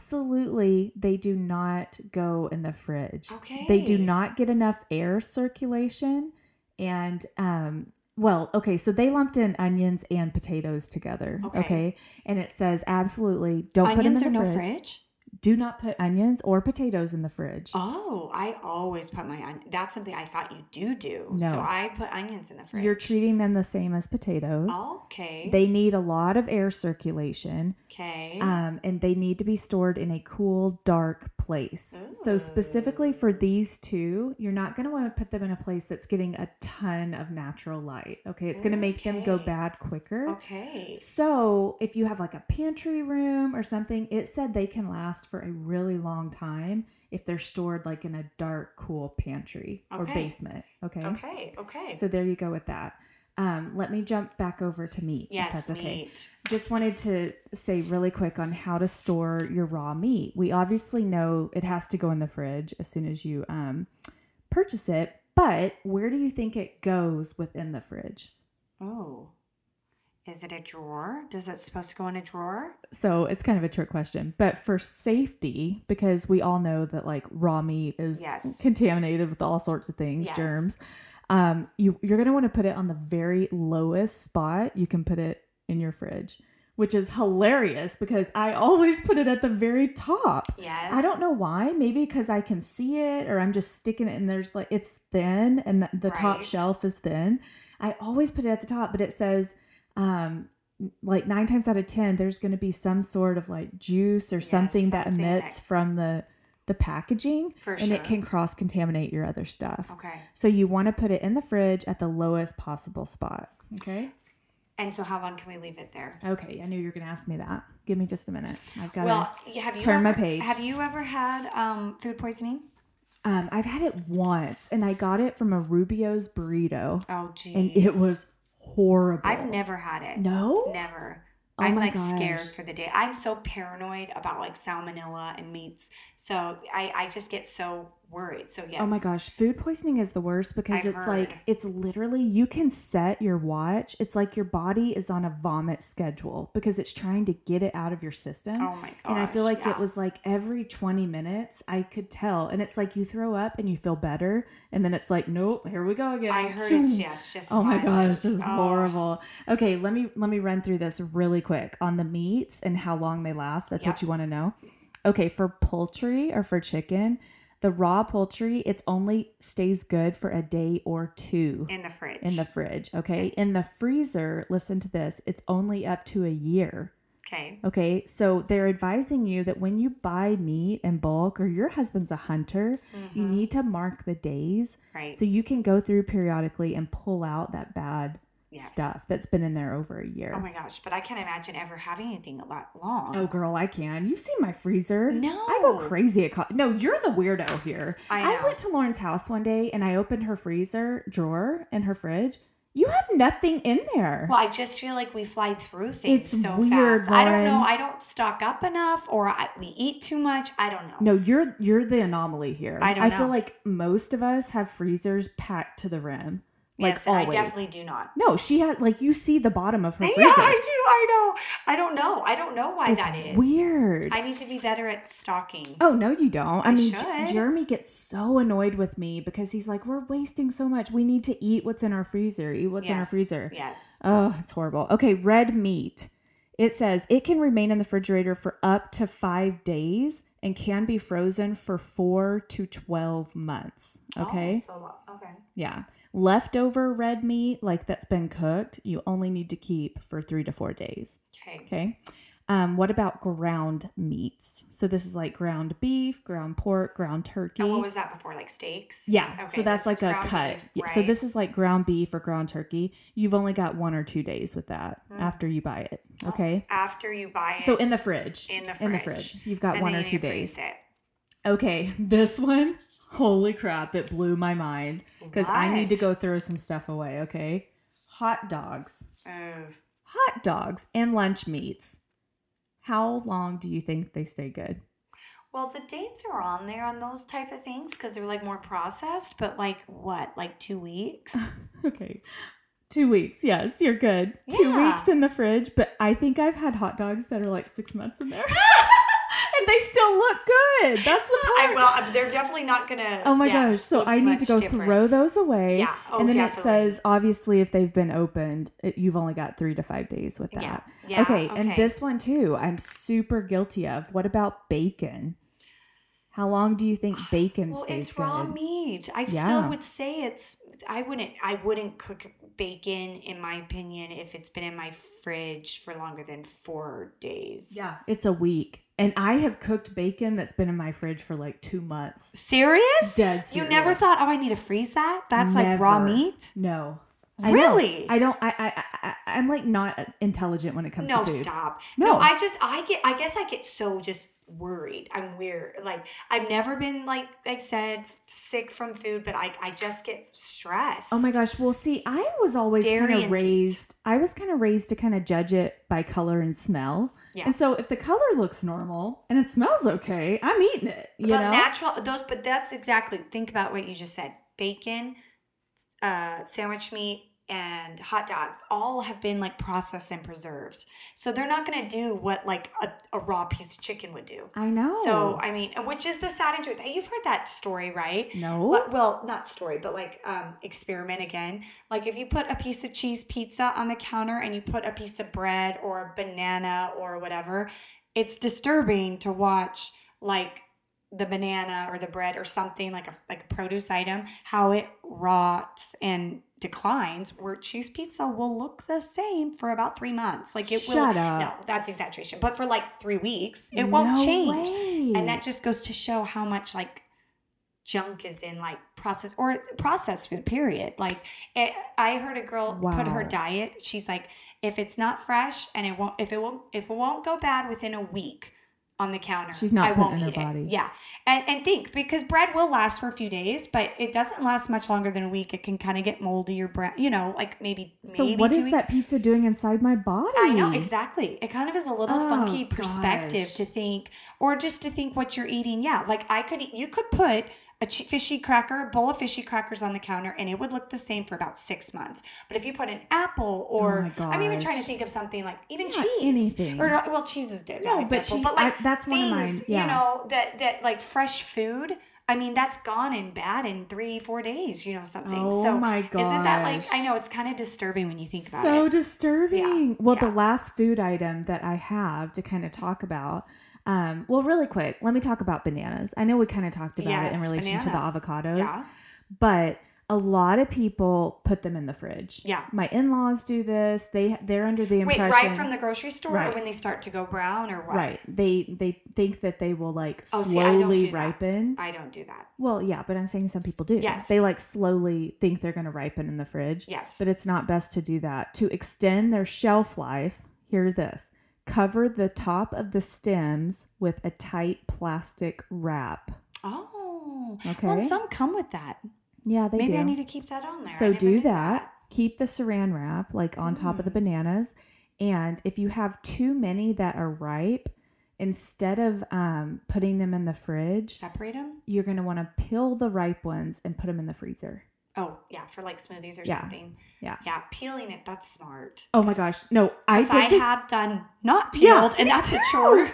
S2: Absolutely, they do not go in the fridge.
S1: Okay,
S2: They do not get enough air circulation. And, um, well, okay, so they lumped in onions and potatoes together.
S1: Okay.
S2: Okay. And it says absolutely don't
S1: Onions
S2: put
S1: are
S2: them in
S1: no
S2: the fridge.
S1: fridge.
S2: Do not put onions or potatoes in the fridge.
S1: Oh, I always put my on. That's something I thought you do do. So
S2: No.
S1: I put onions in the fridge.
S2: You're treating them the same as potatoes.
S1: okay.
S2: They need a lot of air circulation.
S1: okay.
S2: um, and they need to be stored in a cool, dark place. So, specifically for
S1: Mm.
S2: these two, you're not going to want to put them in a place that's getting a ton of natural light. Okay, it's going to make them go
S1: Okay.
S2: bad quicker.
S1: okay.
S2: So, if you have like a pantry room or something, it said they can last for a really long time if they're stored like in a dark, cool pantry or
S1: Okay.
S2: basement. Okay.
S1: Okay. Okay.
S2: So, there you go with that. Um, let me jump back over to meat. if
S1: yes,
S2: that's okay
S1: meat.
S2: just wanted to say really quick on how to store your raw meat. We obviously know it has to go in the fridge as soon as you um, purchase it, but where do you think it goes within the fridge?
S1: Oh, is it a drawer? Does it supposed to go in a drawer?
S2: So it's kind of a trick question, but for safety, because we all know that like raw meat is
S1: Yes.
S2: contaminated with all sorts of things,
S1: Yes.
S2: germs. Um, you you're gonna want to put it on the very lowest spot you can put it in your fridge, which is hilarious because I always put it at the very top.
S1: Yes.
S2: I don't know why. Maybe because I can see it, or I'm just sticking it, and there's like it's thin, and the, the top
S1: Right.
S2: shelf is thin. I always put it at the top, but it says, um, like nine times out of ten, there's going to be some sort of like juice or
S1: Yes,
S2: something, that
S1: something that-
S2: emits from the the packaging,
S1: For
S2: and
S1: sure. Oh.
S2: it can cross contaminate your other stuff.
S1: Okay.
S2: So you want to put it in the fridge at the lowest possible spot. Okay.
S1: And so, how long can we leave it there?
S2: Okay. I knew you were going to ask me that. Give me just a minute. I've got.
S1: Well, y- have you
S2: turn my
S1: ever-
S2: page.
S1: Have you ever had um, food poisoning?
S2: Um, I've had it once, and I got it from a Rubio's burrito,
S1: Oh, geez.
S2: and it was horrible.
S1: I've never had it.
S2: no.
S1: Never.
S2: Oh
S1: I'm
S2: my
S1: like
S2: gosh.
S1: scared for the day. I'm so paranoid about like salmonella and meats. So I, I just get so worried. So yes.
S2: Oh my gosh, food poisoning is the worst because
S1: I've
S2: it's like
S1: heard.
S2: it's literally you can set your watch. It's like your body is on a vomit schedule because it's trying to get it out of your system.
S1: Oh my gosh.
S2: and I feel like
S1: yeah.
S2: it was like every 20 minutes I could tell. And it's like you throw up and you feel better. And then it's like, nope, here we go again.
S1: I heard it's
S2: Shoom.
S1: yes, just
S2: Oh my
S1: violent.
S2: gosh, this is
S1: Oh,
S2: horrible. Okay, let me let me run through this really quick on the meats and how long they last. That's
S1: Yep.
S2: what you want to know. Okay, for poultry or for chicken, the raw poultry, it's only stays good for a day or two
S1: In the fridge.
S2: in the fridge, okay? In the freezer, listen to this, it's only up to a year.
S1: okay.
S2: Okay, so they're advising you that when you buy meat in bulk or your husband's a hunter, you
S1: Mhm.
S2: need to mark the days
S1: right.
S2: so you can go through periodically and pull out that bad
S1: yes.
S2: stuff that's been in there over a year.
S1: Oh my gosh, but I can't imagine ever having anything that long.
S2: Oh, girl, I can. You've seen my freezer.
S1: No.
S2: I go crazy at co- No, you're the weirdo here.
S1: I know.
S2: went to Lauren's house one day and I opened her freezer drawer and her fridge. You have nothing in there.
S1: Well, I just feel like we fly through things
S2: It's
S1: so
S2: weird,
S1: fast. I don't know.
S2: Lauren.
S1: I don't stock up enough, or I, we eat too much. I don't know.
S2: no, you're you're the anomaly here.
S1: I don't
S2: I
S1: know.
S2: feel like most of us have freezers packed to the rim. Like
S1: yes, and
S2: always.
S1: I definitely do not.
S2: No, she had like you see the bottom of her
S1: Yeah,
S2: freezer.
S1: I do. I know. I don't know. I don't know why
S2: It's
S1: that is.
S2: weird.
S1: I need to be better at stocking.
S2: Oh no, you don't. I,
S1: I
S2: mean, J-
S1: should.
S2: Jeremy gets so annoyed with me because he's like, "We're wasting so much. We need to eat what's in our freezer. Eat what's in our
S1: Yes,
S2: freezer."
S1: Yes.
S2: Oh, it's horrible. Okay, red meat. It says it can remain in the refrigerator for up to five days and can be frozen for four to twelve months. Okay,
S1: Oh, so lo- okay.
S2: yeah. Leftover red meat, like that's been cooked, you only need to keep for three to four days.
S1: Okay.
S2: Okay. Um, what about ground meats? So this is like ground beef, ground pork, ground turkey.
S1: And what was that before? Like steaks?
S2: yeah.
S1: Okay,
S2: so that's
S1: Oh, this
S2: like
S1: is
S2: a
S1: ground
S2: cut.
S1: beef,
S2: Yeah, So
S1: right?
S2: this is like ground beef or ground turkey. You've only got one or two days with that
S1: Mm.
S2: after you buy it.
S1: Oh.
S2: Okay.
S1: After you buy it.
S2: So in the fridge.
S1: in the fridge.
S2: In the fridge. You've got
S1: And
S2: one
S1: then
S2: or
S1: you
S2: two
S1: freeze
S2: days.
S1: It.
S2: Okay. (laughs) This one, holy crap, it blew my mind because I need to go throw some stuff away. Okay. Hot dogs.
S1: Ugh.
S2: hot dogs and lunch meats. How long do you think they stay good? (laughs)
S1: well, the dates are on there on those type of things because they're like more processed, but like what? Like two
S2: (laughs)
S1: weeks?
S2: Okay. Two weeks. Yes, you're good. Two
S1: Yeah.
S2: weeks in the fridge, but I think I've had hot dogs that are like six
S1: (laughs)
S2: months in there. and they still look good. That's the
S1: I,
S2: part.
S1: well, they're definitely not gonna.
S2: oh my
S1: yeah,
S2: gosh. So
S1: look
S2: I need
S1: much
S2: to go
S1: different.
S2: throw those away.
S1: Yeah. Oh,
S2: and then
S1: definitely.
S2: it says, obviously, if they've been opened, it, you've only got three to five days with that.
S1: Yeah. Yeah.
S2: okay, and this one too, I'm super guilty of. What about bacon? How long do
S1: (sighs)
S2: you think bacon
S1: Well,
S2: stays
S1: it's raw
S2: good?
S1: meat. I
S2: Yeah.
S1: still would say it's. I wouldn't. I wouldn't cook bacon, in my opinion, if it's been in my fridge for longer than four days.
S2: Yeah, it's a week, and I have cooked bacon that's been in my fridge for like two months.
S1: Serious?
S2: Dead.
S1: You never
S2: serious.
S1: thought, oh, I need to freeze that? That's like raw
S2: Never.
S1: meat?
S2: No, I know.
S1: Really?
S2: I don't. I, I I I- I'm like not intelligent when it comes
S1: no,
S2: to food.
S1: stop.
S2: No,
S1: No, I just, I get, I guess I get so just worried. I'm weird. Like, I've never been, like I said, sick from food, but I, I just get stressed.
S2: Oh my gosh. Well, see, I was always
S1: Dairy
S2: kind of
S1: and meat.
S2: raised. I was kind of raised to kind of judge it by color and smell.
S1: Yeah.
S2: And so if the color looks normal and it smells okay, I'm eating it. You
S1: but
S2: know.
S1: natural, those, but that's exactly, think about what you just said. Bacon, uh, sandwich meat, and hot dogs all have been like processed and preserved. So they're not going to do what like a, a raw piece of chicken would do.
S2: I know.
S1: So I mean, which is the sad and truth. You've heard that story, right?
S2: no.
S1: Well, well, not story, but like um, experiment again. Like if you put a piece of cheese pizza on the counter and you put a piece of bread or a banana or whatever, it's disturbing to watch like the banana or the bread or something like a like a produce item how it rots and declines. Where cheese pizza will look the same for about three months. Like it will.
S2: Shut up.
S1: No, that's exaggeration. But for like three weeks, it won't
S2: No
S1: change.
S2: way.
S1: And that just goes to show how much like junk is in like processed or processed food, period. Like it, I heard a girl put her
S2: Wow.
S1: diet. She's like, if it's not fresh and it won't, if it won't, if it won't go bad within a week on the counter,
S2: She's not
S1: I
S2: putting
S1: won't
S2: it in her
S1: eat it.
S2: body.
S1: Yeah. And, and think because bread will last for a few days, but it doesn't last much longer than a week. It can kind of get moldy or brown, you know, like maybe.
S2: so
S1: maybe
S2: what
S1: two
S2: is
S1: weeks.
S2: that pizza doing inside my body?
S1: I know exactly. It kind of is a little
S2: Oh,
S1: funky perspective
S2: gosh.
S1: to think, or just to think what you're eating. Yeah, like I could, eat- you could put a che- fishy cracker, a bowl of fishy crackers on the counter, and it would look the same for about six months. But if you put an apple, or
S2: Oh my
S1: I'm even trying to
S2: gosh.
S1: think of something like even
S2: Yeah,
S1: cheese,
S2: anything.
S1: or not- well, cheese is different.
S2: No, but, she,
S1: but like
S2: I, that's one of mine.
S1: things,
S2: Yeah.
S1: you know, that that like fresh food. I mean, that's gone and bad in three, four days. You know, something.
S2: oh
S1: so
S2: my gosh.
S1: isn't that like? I know it's kind of disturbing when you think about
S2: so
S1: it.
S2: disturbing. Well,
S1: Yeah.
S2: the last food item that I have to kind of talk about. Um, well, really quick, let me talk about bananas. I know we kind of talked about it in
S1: Yes,
S2: relation to the
S1: bananas.
S2: avocados,
S1: Yeah.
S2: but a lot of people put them in the fridge.
S1: Yeah.
S2: My in-laws do this. They they're under the
S1: Wait,
S2: impression
S1: right from the grocery store
S2: Right.
S1: or when they start to go brown or what?
S2: right. They they think that they will like
S1: Oh, see, I don't
S2: slowly
S1: do that.
S2: ripen.
S1: I don't do that.
S2: Well, yeah, but I'm saying some people do.
S1: Yes.
S2: They like slowly think they're going to ripen in the fridge.
S1: Yes.
S2: but it's not best to do that. To extend their shelf life, hear this cover the top of the stems with a tight plastic wrap.
S1: oh.
S2: Okay.
S1: Well, Oh, and some come with that.
S2: yeah, they
S1: Maybe
S2: do.
S1: I need to keep that on there. I
S2: so
S1: never
S2: do
S1: knew
S2: that. Keep the saran wrap like on top of
S1: Mm.
S2: the bananas. And if you have too many that are ripe, instead of um, putting them in the fridge,
S1: Separate them.
S2: you're going to want to peel the ripe ones and put them in the freezer.
S1: Oh yeah, for like smoothies or
S2: Yeah.
S1: something.
S2: Yeah.
S1: Yeah, peeling it. That's smart.
S2: Oh my gosh. No, I
S1: I,
S2: did
S1: I
S2: this.
S1: have done not peeled,
S2: Yeah,
S1: and
S2: me
S1: that's a
S2: too. (laughs)
S1: chore. (laughs)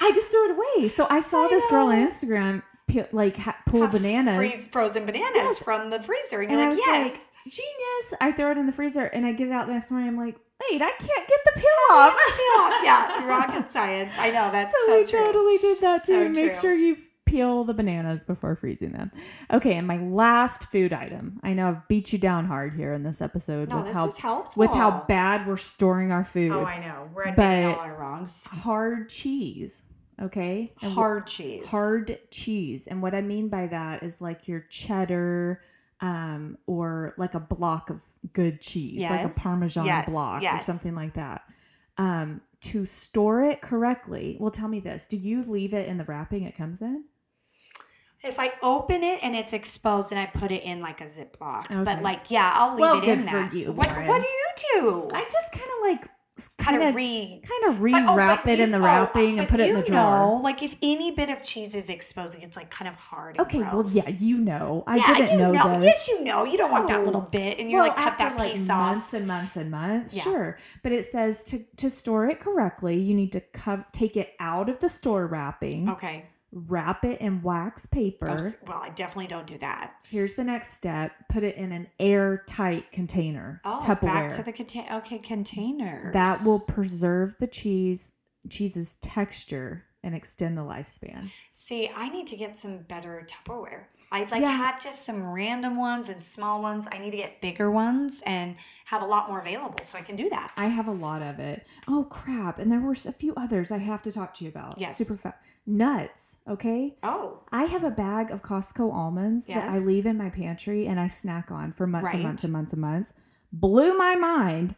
S2: I just threw it away. So I saw
S1: I
S2: this girl on
S1: know.
S2: Instagram peel, like ha- pull
S1: Have
S2: bananas.
S1: freeze frozen bananas
S2: Yes.
S1: from the freezer, and
S2: And
S1: you're
S2: I
S1: like,
S2: was
S1: yes.
S2: like, genius. I throw it in the freezer and I get it out the next morning. I'm like, wait, I can't get the peel
S1: Off,
S2: off.
S1: peel off.
S2: (laughs)
S1: Yeah, rocket science. I know that's
S2: so,
S1: so,
S2: we
S1: true.
S2: totally did that
S1: So
S2: too. Make
S1: true.
S2: sure you peel the bananas before freezing them. Okay, and my last food item. I know I've beat you down hard here in this episode
S1: no,
S2: with
S1: this
S2: how
S1: is helpful.
S2: with how bad we're storing our food.
S1: Oh, I know. We're admitting
S2: But-
S1: all our wrongs.
S2: hard cheese. Okay. And wh-
S1: Hard cheese.
S2: hard cheese. And what I mean by that is like your cheddar um, or like a block of good cheese, like
S1: Yes.
S2: a Parmesan
S1: Yes.
S2: block or
S1: Yes.
S2: something like that. Um, to store it correctly, well, tell me this do you leave it in the wrapping it comes in?
S1: If I open it and it's exposed, then I put it in like a Ziploc.
S2: Okay.
S1: But like, yeah, I'll leave
S2: Well,
S1: it
S2: good
S1: in
S2: for
S1: that.
S2: you,
S1: what,
S2: Lauren.
S1: what do you do?
S2: I just kind of like
S1: kind of
S2: kind of
S1: re
S2: kind of
S1: But- oh,
S2: rewrap
S1: but
S2: it in
S1: you-
S2: the
S1: oh,
S2: wrapping
S1: but
S2: and put it in the
S1: you
S2: drawer.
S1: know, like if any bit of cheese is exposed, it's like kind of hard. and
S2: Okay, well,
S1: gross.
S2: yeah, you know, I
S1: Yeah,
S2: didn't
S1: you
S2: know, this. Oh.
S1: Yes, you know, you don't want that
S2: No.
S1: little bit, and you're like cut that piece off.
S2: months and months and months.
S1: Yeah.
S2: Sure, but it says to to store it correctly, you need to co- take it out of the store wrapping,
S1: Okay.
S2: wrap it in wax paper.
S1: Oh, s- well, I definitely don't do that.
S2: Here's the next step: put it in an airtight container,
S1: Oh,
S2: Tupperware.
S1: back to the contain. Okay, containers.
S2: that will preserve the cheese cheese's texture and extend the lifespan.
S1: see. I need to get some better Tupperware. I like
S2: Yeah.
S1: had just some random ones and small ones. I need to get bigger ones and have a lot more available so I can do that.
S2: I have a lot of it. Oh crap! And there were s- a few others I have to talk to you about.
S1: Yes.
S2: super fast nuts. Okay,
S1: Oh,
S2: I have a bag of Costco almonds that I
S1: Yes.
S2: leave in my pantry and I snack on for months and
S1: Right.
S2: months and months and months. Blew my mind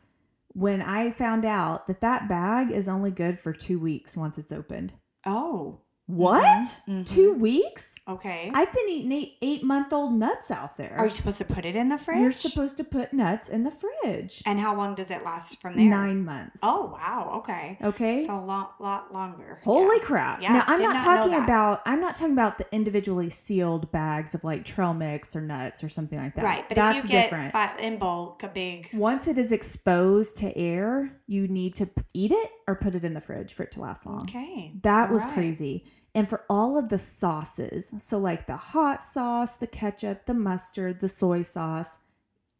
S2: when I found out that that bag is only good for two weeks once it's opened.
S1: oh,
S2: What?
S1: mhm.
S2: Two weeks?
S1: okay.
S2: I've been eating eight eight month old nuts out there.
S1: Are you supposed to put it in the fridge?
S2: You're supposed to put nuts in the fridge.
S1: And how long does it last from there?
S2: Nine months.
S1: Oh wow. Okay.
S2: okay.
S1: So lot lot longer.
S2: Holy
S1: Yeah.
S2: crap!
S1: Yeah,
S2: now I'm
S1: did
S2: not,
S1: not know
S2: talking
S1: that.
S2: about I'm not talking about the individually sealed bags of like trail mix or nuts or something like that.
S1: Right, but
S2: that's
S1: if you get
S2: different.
S1: But in bulk, a big.
S2: Once it is exposed to air, you need to p- eat it or put it in the fridge for it to last long.
S1: Okay.
S2: That was
S1: All right.
S2: crazy. And for all of the sauces, so like the hot sauce, the ketchup, the mustard, the soy sauce,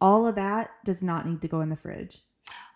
S2: all of that does not need to go in the fridge,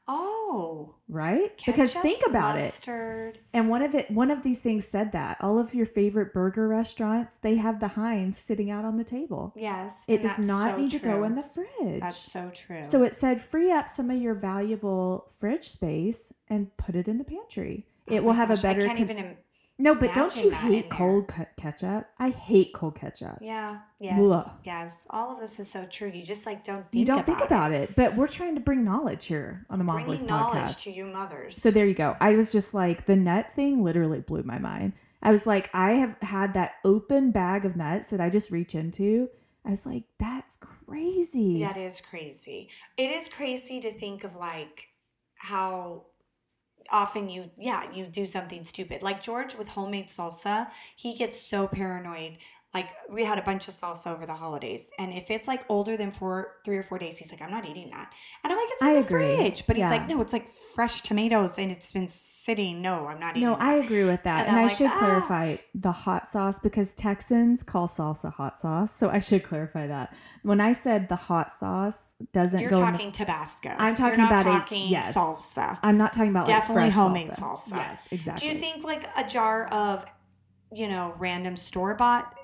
S1: Oh.
S2: right? because
S1: ketchup,
S2: think about it.
S1: mustard.
S2: And one of it, one of these things said that all of your favorite burger restaurants, they have the Heinz sitting out on the table.
S1: Yes.
S2: It
S1: and
S2: does
S1: that's
S2: not
S1: so
S2: need to go
S1: true.
S2: in the fridge.
S1: That's so true.
S2: So it said free up some of your valuable fridge space and put it in the pantry.
S1: Oh
S2: It will
S1: my
S2: have
S1: gosh,
S2: a better
S1: I can't
S2: con-
S1: even. Im-
S2: no, but don't
S1: imagine
S2: you
S1: that in
S2: hate cold cut ketchup? I hate cold ketchup.
S1: yeah. Yes.
S2: Blah.
S1: Yes. All of this is so true. You just like don't. Think
S2: you don't
S1: about
S2: think about it. but we're trying to bring knowledge here on the Mom Voice
S1: Bringing knowledge
S2: podcast.
S1: to you mothers.
S2: So there you go. I was just like the nut thing literally blew my mind. I was like, I have had that open bag of nuts that I just reach into. I was like, that's crazy.
S1: That is crazy. It is crazy to think of like how often you yeah, you do something stupid. Like George with homemade salsa, he gets so paranoid. Like we had a bunch of salsa over the holidays, and if it's like older than four, three or four days, he's like, "I'm not eating that," and I'm like, "It's in
S2: I
S1: the
S2: agree.
S1: fridge," but
S2: Yeah.
S1: he's like, "No, it's like fresh tomatoes, and it's been sitting. No, I'm not eating."
S2: No, I
S1: that."
S2: agree with that.
S1: And
S2: And,
S1: I'm
S2: I
S1: like,
S2: should
S1: "Ah."
S2: clarify the hot sauce because Texans call salsa hot sauce. So I should clarify that. When I said the hot sauce doesn't
S1: You're
S2: go in the-
S1: talking Tabasco.
S2: I'm talking
S1: You're not
S2: about a-
S1: talking
S2: yes.
S1: salsa.
S2: I'm not talking about
S1: Definitely
S2: like fresh
S1: homemade salsa.
S2: Yes,
S1: Do
S2: exactly.
S1: you think like a jar of, you know, random store bought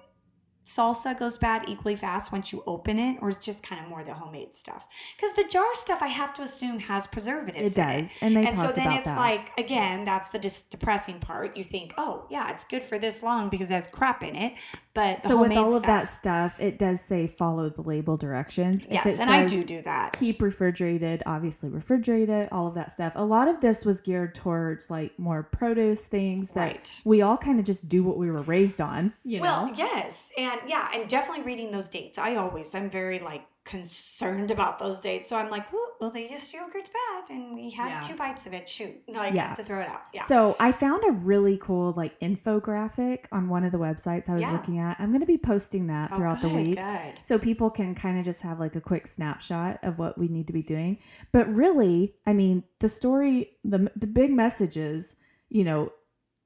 S1: salsa goes bad equally fast once you open it, or it's just kind of more the homemade stuff? Because the jar stuff I have to assume has preservatives.
S2: it
S1: in
S2: does? And they
S1: And so
S2: talked
S1: then
S2: about
S1: it's
S2: that.
S1: like again, that's the dis- depressing part. You think, oh yeah, it's good for this long because it has crap in it, but the
S2: so with
S1: homemade
S2: all of
S1: stuff-
S2: that stuff, it does say follow the label directions. If
S1: yes,
S2: it
S1: and I
S2: says
S1: do do that.
S2: keep refrigerated, obviously refrigerate it, all of that stuff. A lot of this was geared towards like more produce things that
S1: Right.
S2: we all kind of just do what we were raised on, you
S1: well,
S2: know.
S1: yes, and yeah, and definitely reading those dates. I always, I'm very like concerned about those dates. So I'm like, "Woo, well, they just yogurt's bad, and we had
S3: Yeah.
S1: two bites of it. Shoot, like
S2: Yeah.
S1: to throw it out. Yeah,
S2: So I found a really cool like infographic on one of the websites I was
S1: Yeah.
S2: looking at. I'm going to be posting that
S1: Oh,
S2: throughout the
S1: good,
S2: week.
S1: Good.
S2: So people can kind of just have like a quick snapshot of what we need to be doing. But really, I mean, the story, the the big message is, you know,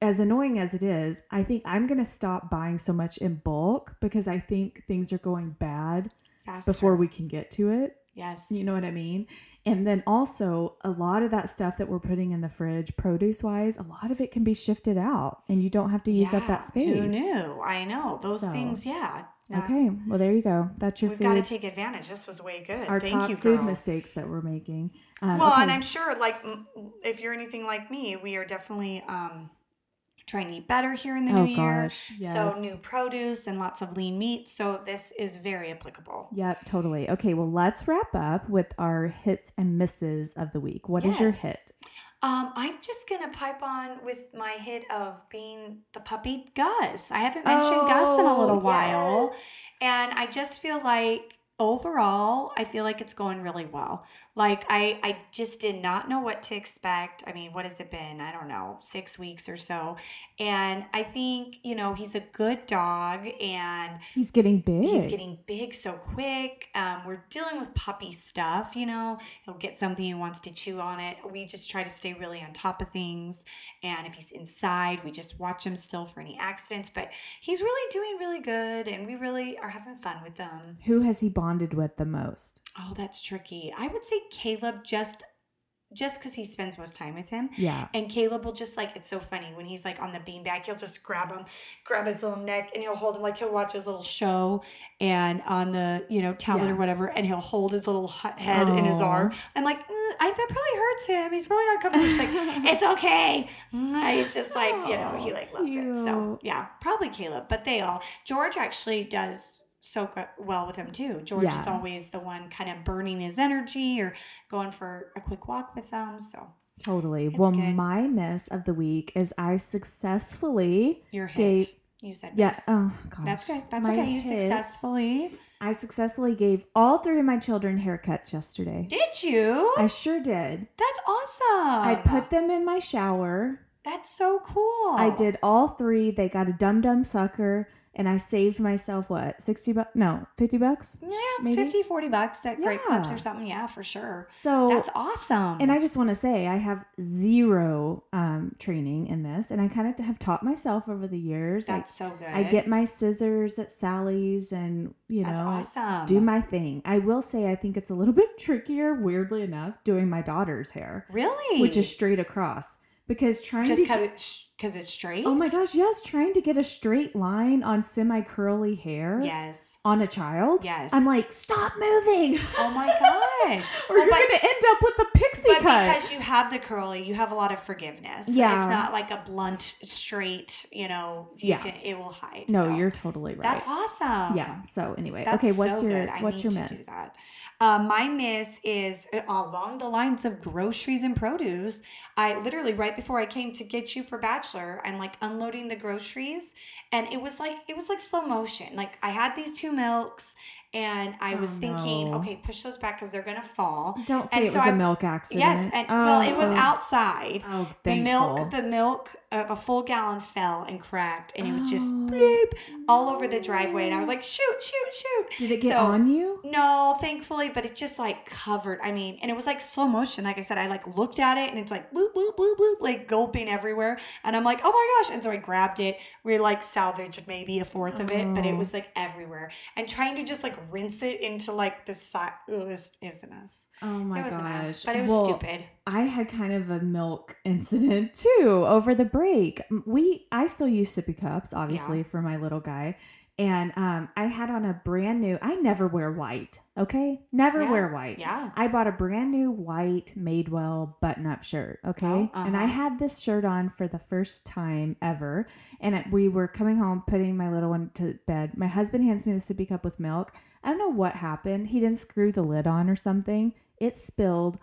S2: as annoying as it is, I think I'm going to stop buying so much in bulk because I think things are going bad
S1: Faster.
S2: before we can get to it.
S1: yes,
S2: You know what I mean? And then also, a lot of that stuff that we're putting in the fridge, produce wise, a lot of it can be shifted out and you don't have to use up
S1: Yeah,
S2: that space.
S1: Who knew? I know those
S2: So,
S1: things. Yeah. Nah,
S2: Okay, well, there you go. That's your
S1: We've
S2: food.
S1: got to take advantage. This was way good.
S2: our
S1: Thank
S2: top
S1: you,
S2: food
S1: girl.
S2: mistakes that we're making. Um,
S1: well,
S2: okay.
S1: and I'm sure, like, m- if you're anything like me, we are definitely um, trying to eat better here in the
S2: oh
S1: new year.
S2: gosh, yes.
S1: So new produce and lots of lean meat. So this is very applicable.
S2: Yep, totally. Okay, well, let's wrap up with our hits and misses of the week. What is your
S1: Yes.
S2: hit?
S1: Um, I'm just gonna pipe on with my hit of being the puppy Gus. I haven't mentioned Gus in a
S2: Oh,
S1: little while, and I just feel like overall, I feel like it's going really well. Like I, I just did not know what to expect. I mean, what has it been? I don't know, six weeks or so, and I think you know he's a good dog and
S2: He's getting big.
S1: He's getting big so quick. Um, we're dealing with puppy stuff, you know. He'll get something and wants to chew on it. We just try to stay really on top of things. And if he's inside, we just watch him still for any accidents. But he's really doing really good, and we really are having fun with them.
S2: Who has he bonded with the most?
S1: Oh, that's tricky. I would say Caleb just just because he spends most time with him.
S2: Yeah.
S1: And Caleb will just like, it's so funny when he's like on the beanbag, he'll just grab him, grab his little neck, and he'll hold him like he'll watch his little show and on the, you know, tablet
S2: Yeah.
S1: or whatever, and he'll hold his little h- head in his
S2: Aw.
S1: arm. I'm like, "Mm, I, that probably hurts him. He's probably not comfortable. She's
S2: (laughs)
S1: like, it's okay. Mm, He's just like, you know, he
S2: Aw,
S1: like loves it. So
S2: cute.
S1: yeah, probably Caleb, but they all, George actually does so go- well with him too. George is
S2: Yeah.
S1: always the one kind of burning his energy or going for a quick walk with them. So
S2: Totally.
S1: It's
S2: well,
S1: good.
S2: my miss of the week is I successfully
S1: Your hit.
S2: Gate.
S1: You said
S2: yes.
S1: yes.
S2: Oh gosh.
S1: That's good. That's
S2: My
S1: okay. You
S2: hit.
S1: successfully
S2: I successfully gave all three of my children haircuts yesterday.
S1: did you?
S2: I sure did.
S1: That's awesome.
S2: I put them in my shower.
S1: That's so cool.
S2: I did all three. They got a dum dum sucker, and I saved myself what sixty bucks? No, fifty bucks.
S1: Yeah,
S2: Maybe?
S1: fifty, forty 50, 40 bucks at Great Clubs
S2: Yeah.
S1: or something. Yeah, for sure.
S2: So
S1: That's awesome.
S2: And I just want to say, I have zero um, training in this, and I kind of have taught myself over the years. Like,
S1: that's so good.
S2: I get my scissors at Sally's, and you
S1: that's
S2: know, I
S1: awesome.
S2: do my thing. I will say, I think it's a little (laughs) bit trickier, weirdly enough, doing my daughter's hair,
S1: really,
S2: which is straight across, because trying
S1: just
S2: to
S1: because
S2: get-
S1: it's, cause it's straight.
S2: oh my gosh, yes, trying to get a straight line on semi curly hair
S1: Yes.
S2: on a child.
S1: Yes.
S2: I'm like, stop moving. (laughs)
S1: oh my gosh.
S2: Or
S1: Well,
S2: you're
S1: but-
S2: gonna end up with a pixie
S1: But
S2: cut.
S1: because you have the curly, you have a lot of forgiveness.
S2: Yeah.
S1: It's not like a blunt, straight, you know, you
S2: Yeah.
S1: can, it will hide.
S2: no,
S1: so.
S2: you're totally right.
S1: That's awesome.
S2: yeah. So anyway,
S1: That's
S2: okay. What's
S1: so
S2: your
S1: good. I
S2: what's
S1: need
S2: your
S1: to
S2: miss?
S1: do that. Uh, my miss is uh, along the lines of groceries and produce. I literally right before I came to get you for Bachelor, I'm like unloading the groceries, and it was like it was like slow motion. Like I had these two milks, and I
S2: Oh,
S1: was thinking,
S2: no.
S1: okay, push those back because they're gonna fall.
S2: Don't say
S1: And
S2: it
S1: so
S2: was a
S1: I'm-
S2: milk accident.
S1: Yes, and well, it was
S2: Oh.
S1: outside.
S2: Oh,
S1: The milk,
S2: thankful.
S1: the milk, uh, a full gallon fell and cracked, and it was just
S2: Oh,
S1: bleep all over the driveway. And I was like, shoot, shoot, shoot.
S2: Did it get
S1: so-
S2: on you?
S1: No, thankfully, but it just like covered. I mean, and it was like slow motion. Like I said, I like looked at it and it's like bloop, bloop, bloop, bloop, like gulping everywhere. And I'm like, oh my gosh. And so I grabbed it. We like salvaged maybe a fourth of it, but it
S2: Oh.
S1: was like everywhere. And trying to just like rinse it into like the side. It was, it was a mess.
S2: Oh my
S1: it was
S2: gosh.
S1: a mess, but it was
S2: Well,
S1: stupid.
S2: I had kind of a milk (laughs) incident too over the break. We I still use sippy cups, obviously, for my little guy. And um, I had on a brand new. I never wear white. Okay, never
S1: Yeah.
S2: wear white.
S1: Yeah.
S2: I bought a brand new white Madewell button up shirt. Okay.
S1: Oh,
S2: And I
S1: uh-huh.
S2: had this shirt on for the first time ever. And it- we were coming home, putting my little one to bed. My husband hands me the sippy cup with milk. I don't know what happened. He didn't screw the lid on or something. It spilled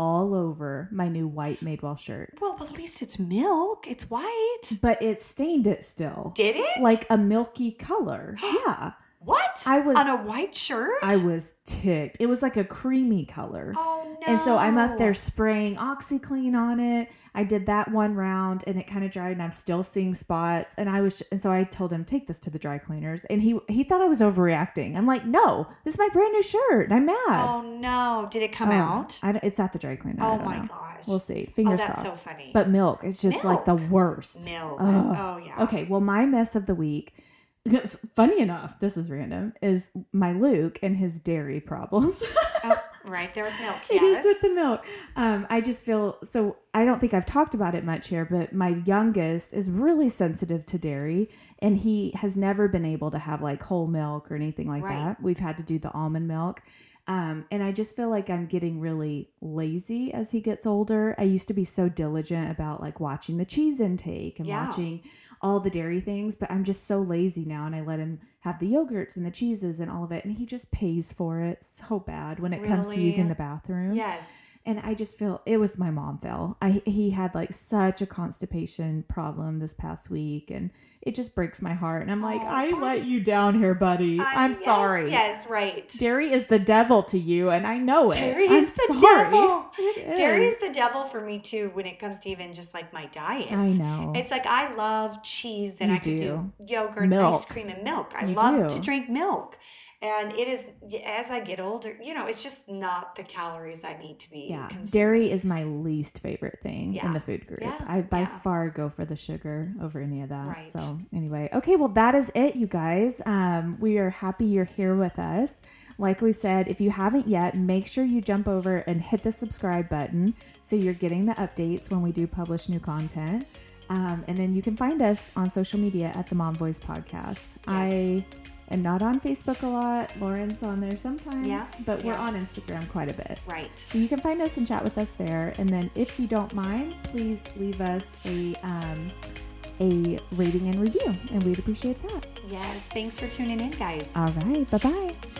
S2: all over my new white Madewell shirt,
S1: Well, at least it's milk. It's white.
S2: but it stained it still.
S1: Did it? (gasps)
S2: Like a milky color. Yeah.
S1: What?
S2: I was-
S1: on a white shirt.
S2: I was ticked. It was like a creamy color.
S1: Oh no.
S2: And so I'm up there spraying OxyClean on it. I did that one round and it kind of dried and I'm still seeing spots. And I was, and so I told him, take this to the dry cleaners. And he, he thought I was overreacting. I'm like, no, this is my brand new shirt. and I'm mad.
S1: Oh no! Did it come
S2: Oh,
S1: out?
S2: I don't- it's at the dry cleaner. I
S1: oh
S2: don't
S1: my
S2: know.
S1: gosh.
S2: We'll see. Fingers
S1: oh, that's
S2: crossed.
S1: so funny.
S2: But milk is just like the worst.
S1: milk.
S2: Ugh.
S1: Oh yeah.
S2: Okay, well, my mess of the week, (laughs) funny enough, this is random, is my Luke and his dairy problems. (laughs)
S1: Oh, right there with milk.
S2: It is
S1: Yes.
S2: with the milk. Um, I just feel so. I don't think I've talked about it much here, but my youngest is really sensitive to dairy, and he has never been able to have like whole milk or anything like
S1: Right.
S2: that. We've had to do the almond milk. Um, and I just feel like I'm getting really lazy as he gets older. I used to be so diligent about like watching the cheese intake and
S1: Yeah.
S2: watching all the dairy things, but I'm just so lazy now. And I let him have the yogurts and the cheeses and all of it. And he just pays for it so bad when it comes to
S1: Really?
S2: using the bathroom.
S1: yes.
S2: And I just feel it was my mom, Phil. I he had like such a constipation problem this past week, and it just breaks my heart. And I'm like,
S1: Oh,
S2: I
S1: I-
S2: let you down here, buddy.
S1: Uh,
S2: I'm
S1: yes,
S2: sorry.
S1: Yes. Right.
S2: Dairy is the devil to you, and I know it.
S1: Dairy
S2: I'm
S1: is the
S2: sorry.
S1: devil.
S2: (laughs) It
S1: Dairy
S2: is.
S1: is the devil for me too when it comes to even just like my diet.
S2: I know.
S1: It's like I love cheese and
S2: You
S1: I could do
S2: do.
S1: yogurt, ice
S2: Milk.
S1: cream, and milk. I
S2: You
S1: love
S2: do.
S1: to drink milk. And it is, as I get older, you know, it's just not the calories I need to be.
S2: yeah,
S1: consuming.
S2: dairy is my least favorite thing
S1: Yeah.
S2: in the food group.
S1: Yeah,
S2: I by
S1: yeah.
S2: far go for the sugar over any of that.
S1: Right.
S2: So anyway, okay, well that is it, you guys. Um, we are happy you're here with us. Like we said, if you haven't yet, make sure you jump over and hit the subscribe button so you're getting the updates when we do publish new content. Um, and then you can find us on social media at the Mom Voice Podcast. I am not on Facebook a lot. Lauren's on there sometimes,
S1: Yeah,
S2: but we're
S1: yeah.
S2: on Instagram quite a bit.
S1: Right.
S2: So you can find us and chat with us there. And then if you don't mind, please leave us a um, a rating and review, and we'd appreciate that.
S1: Yes. Thanks for tuning in, guys.
S2: All right, bye bye.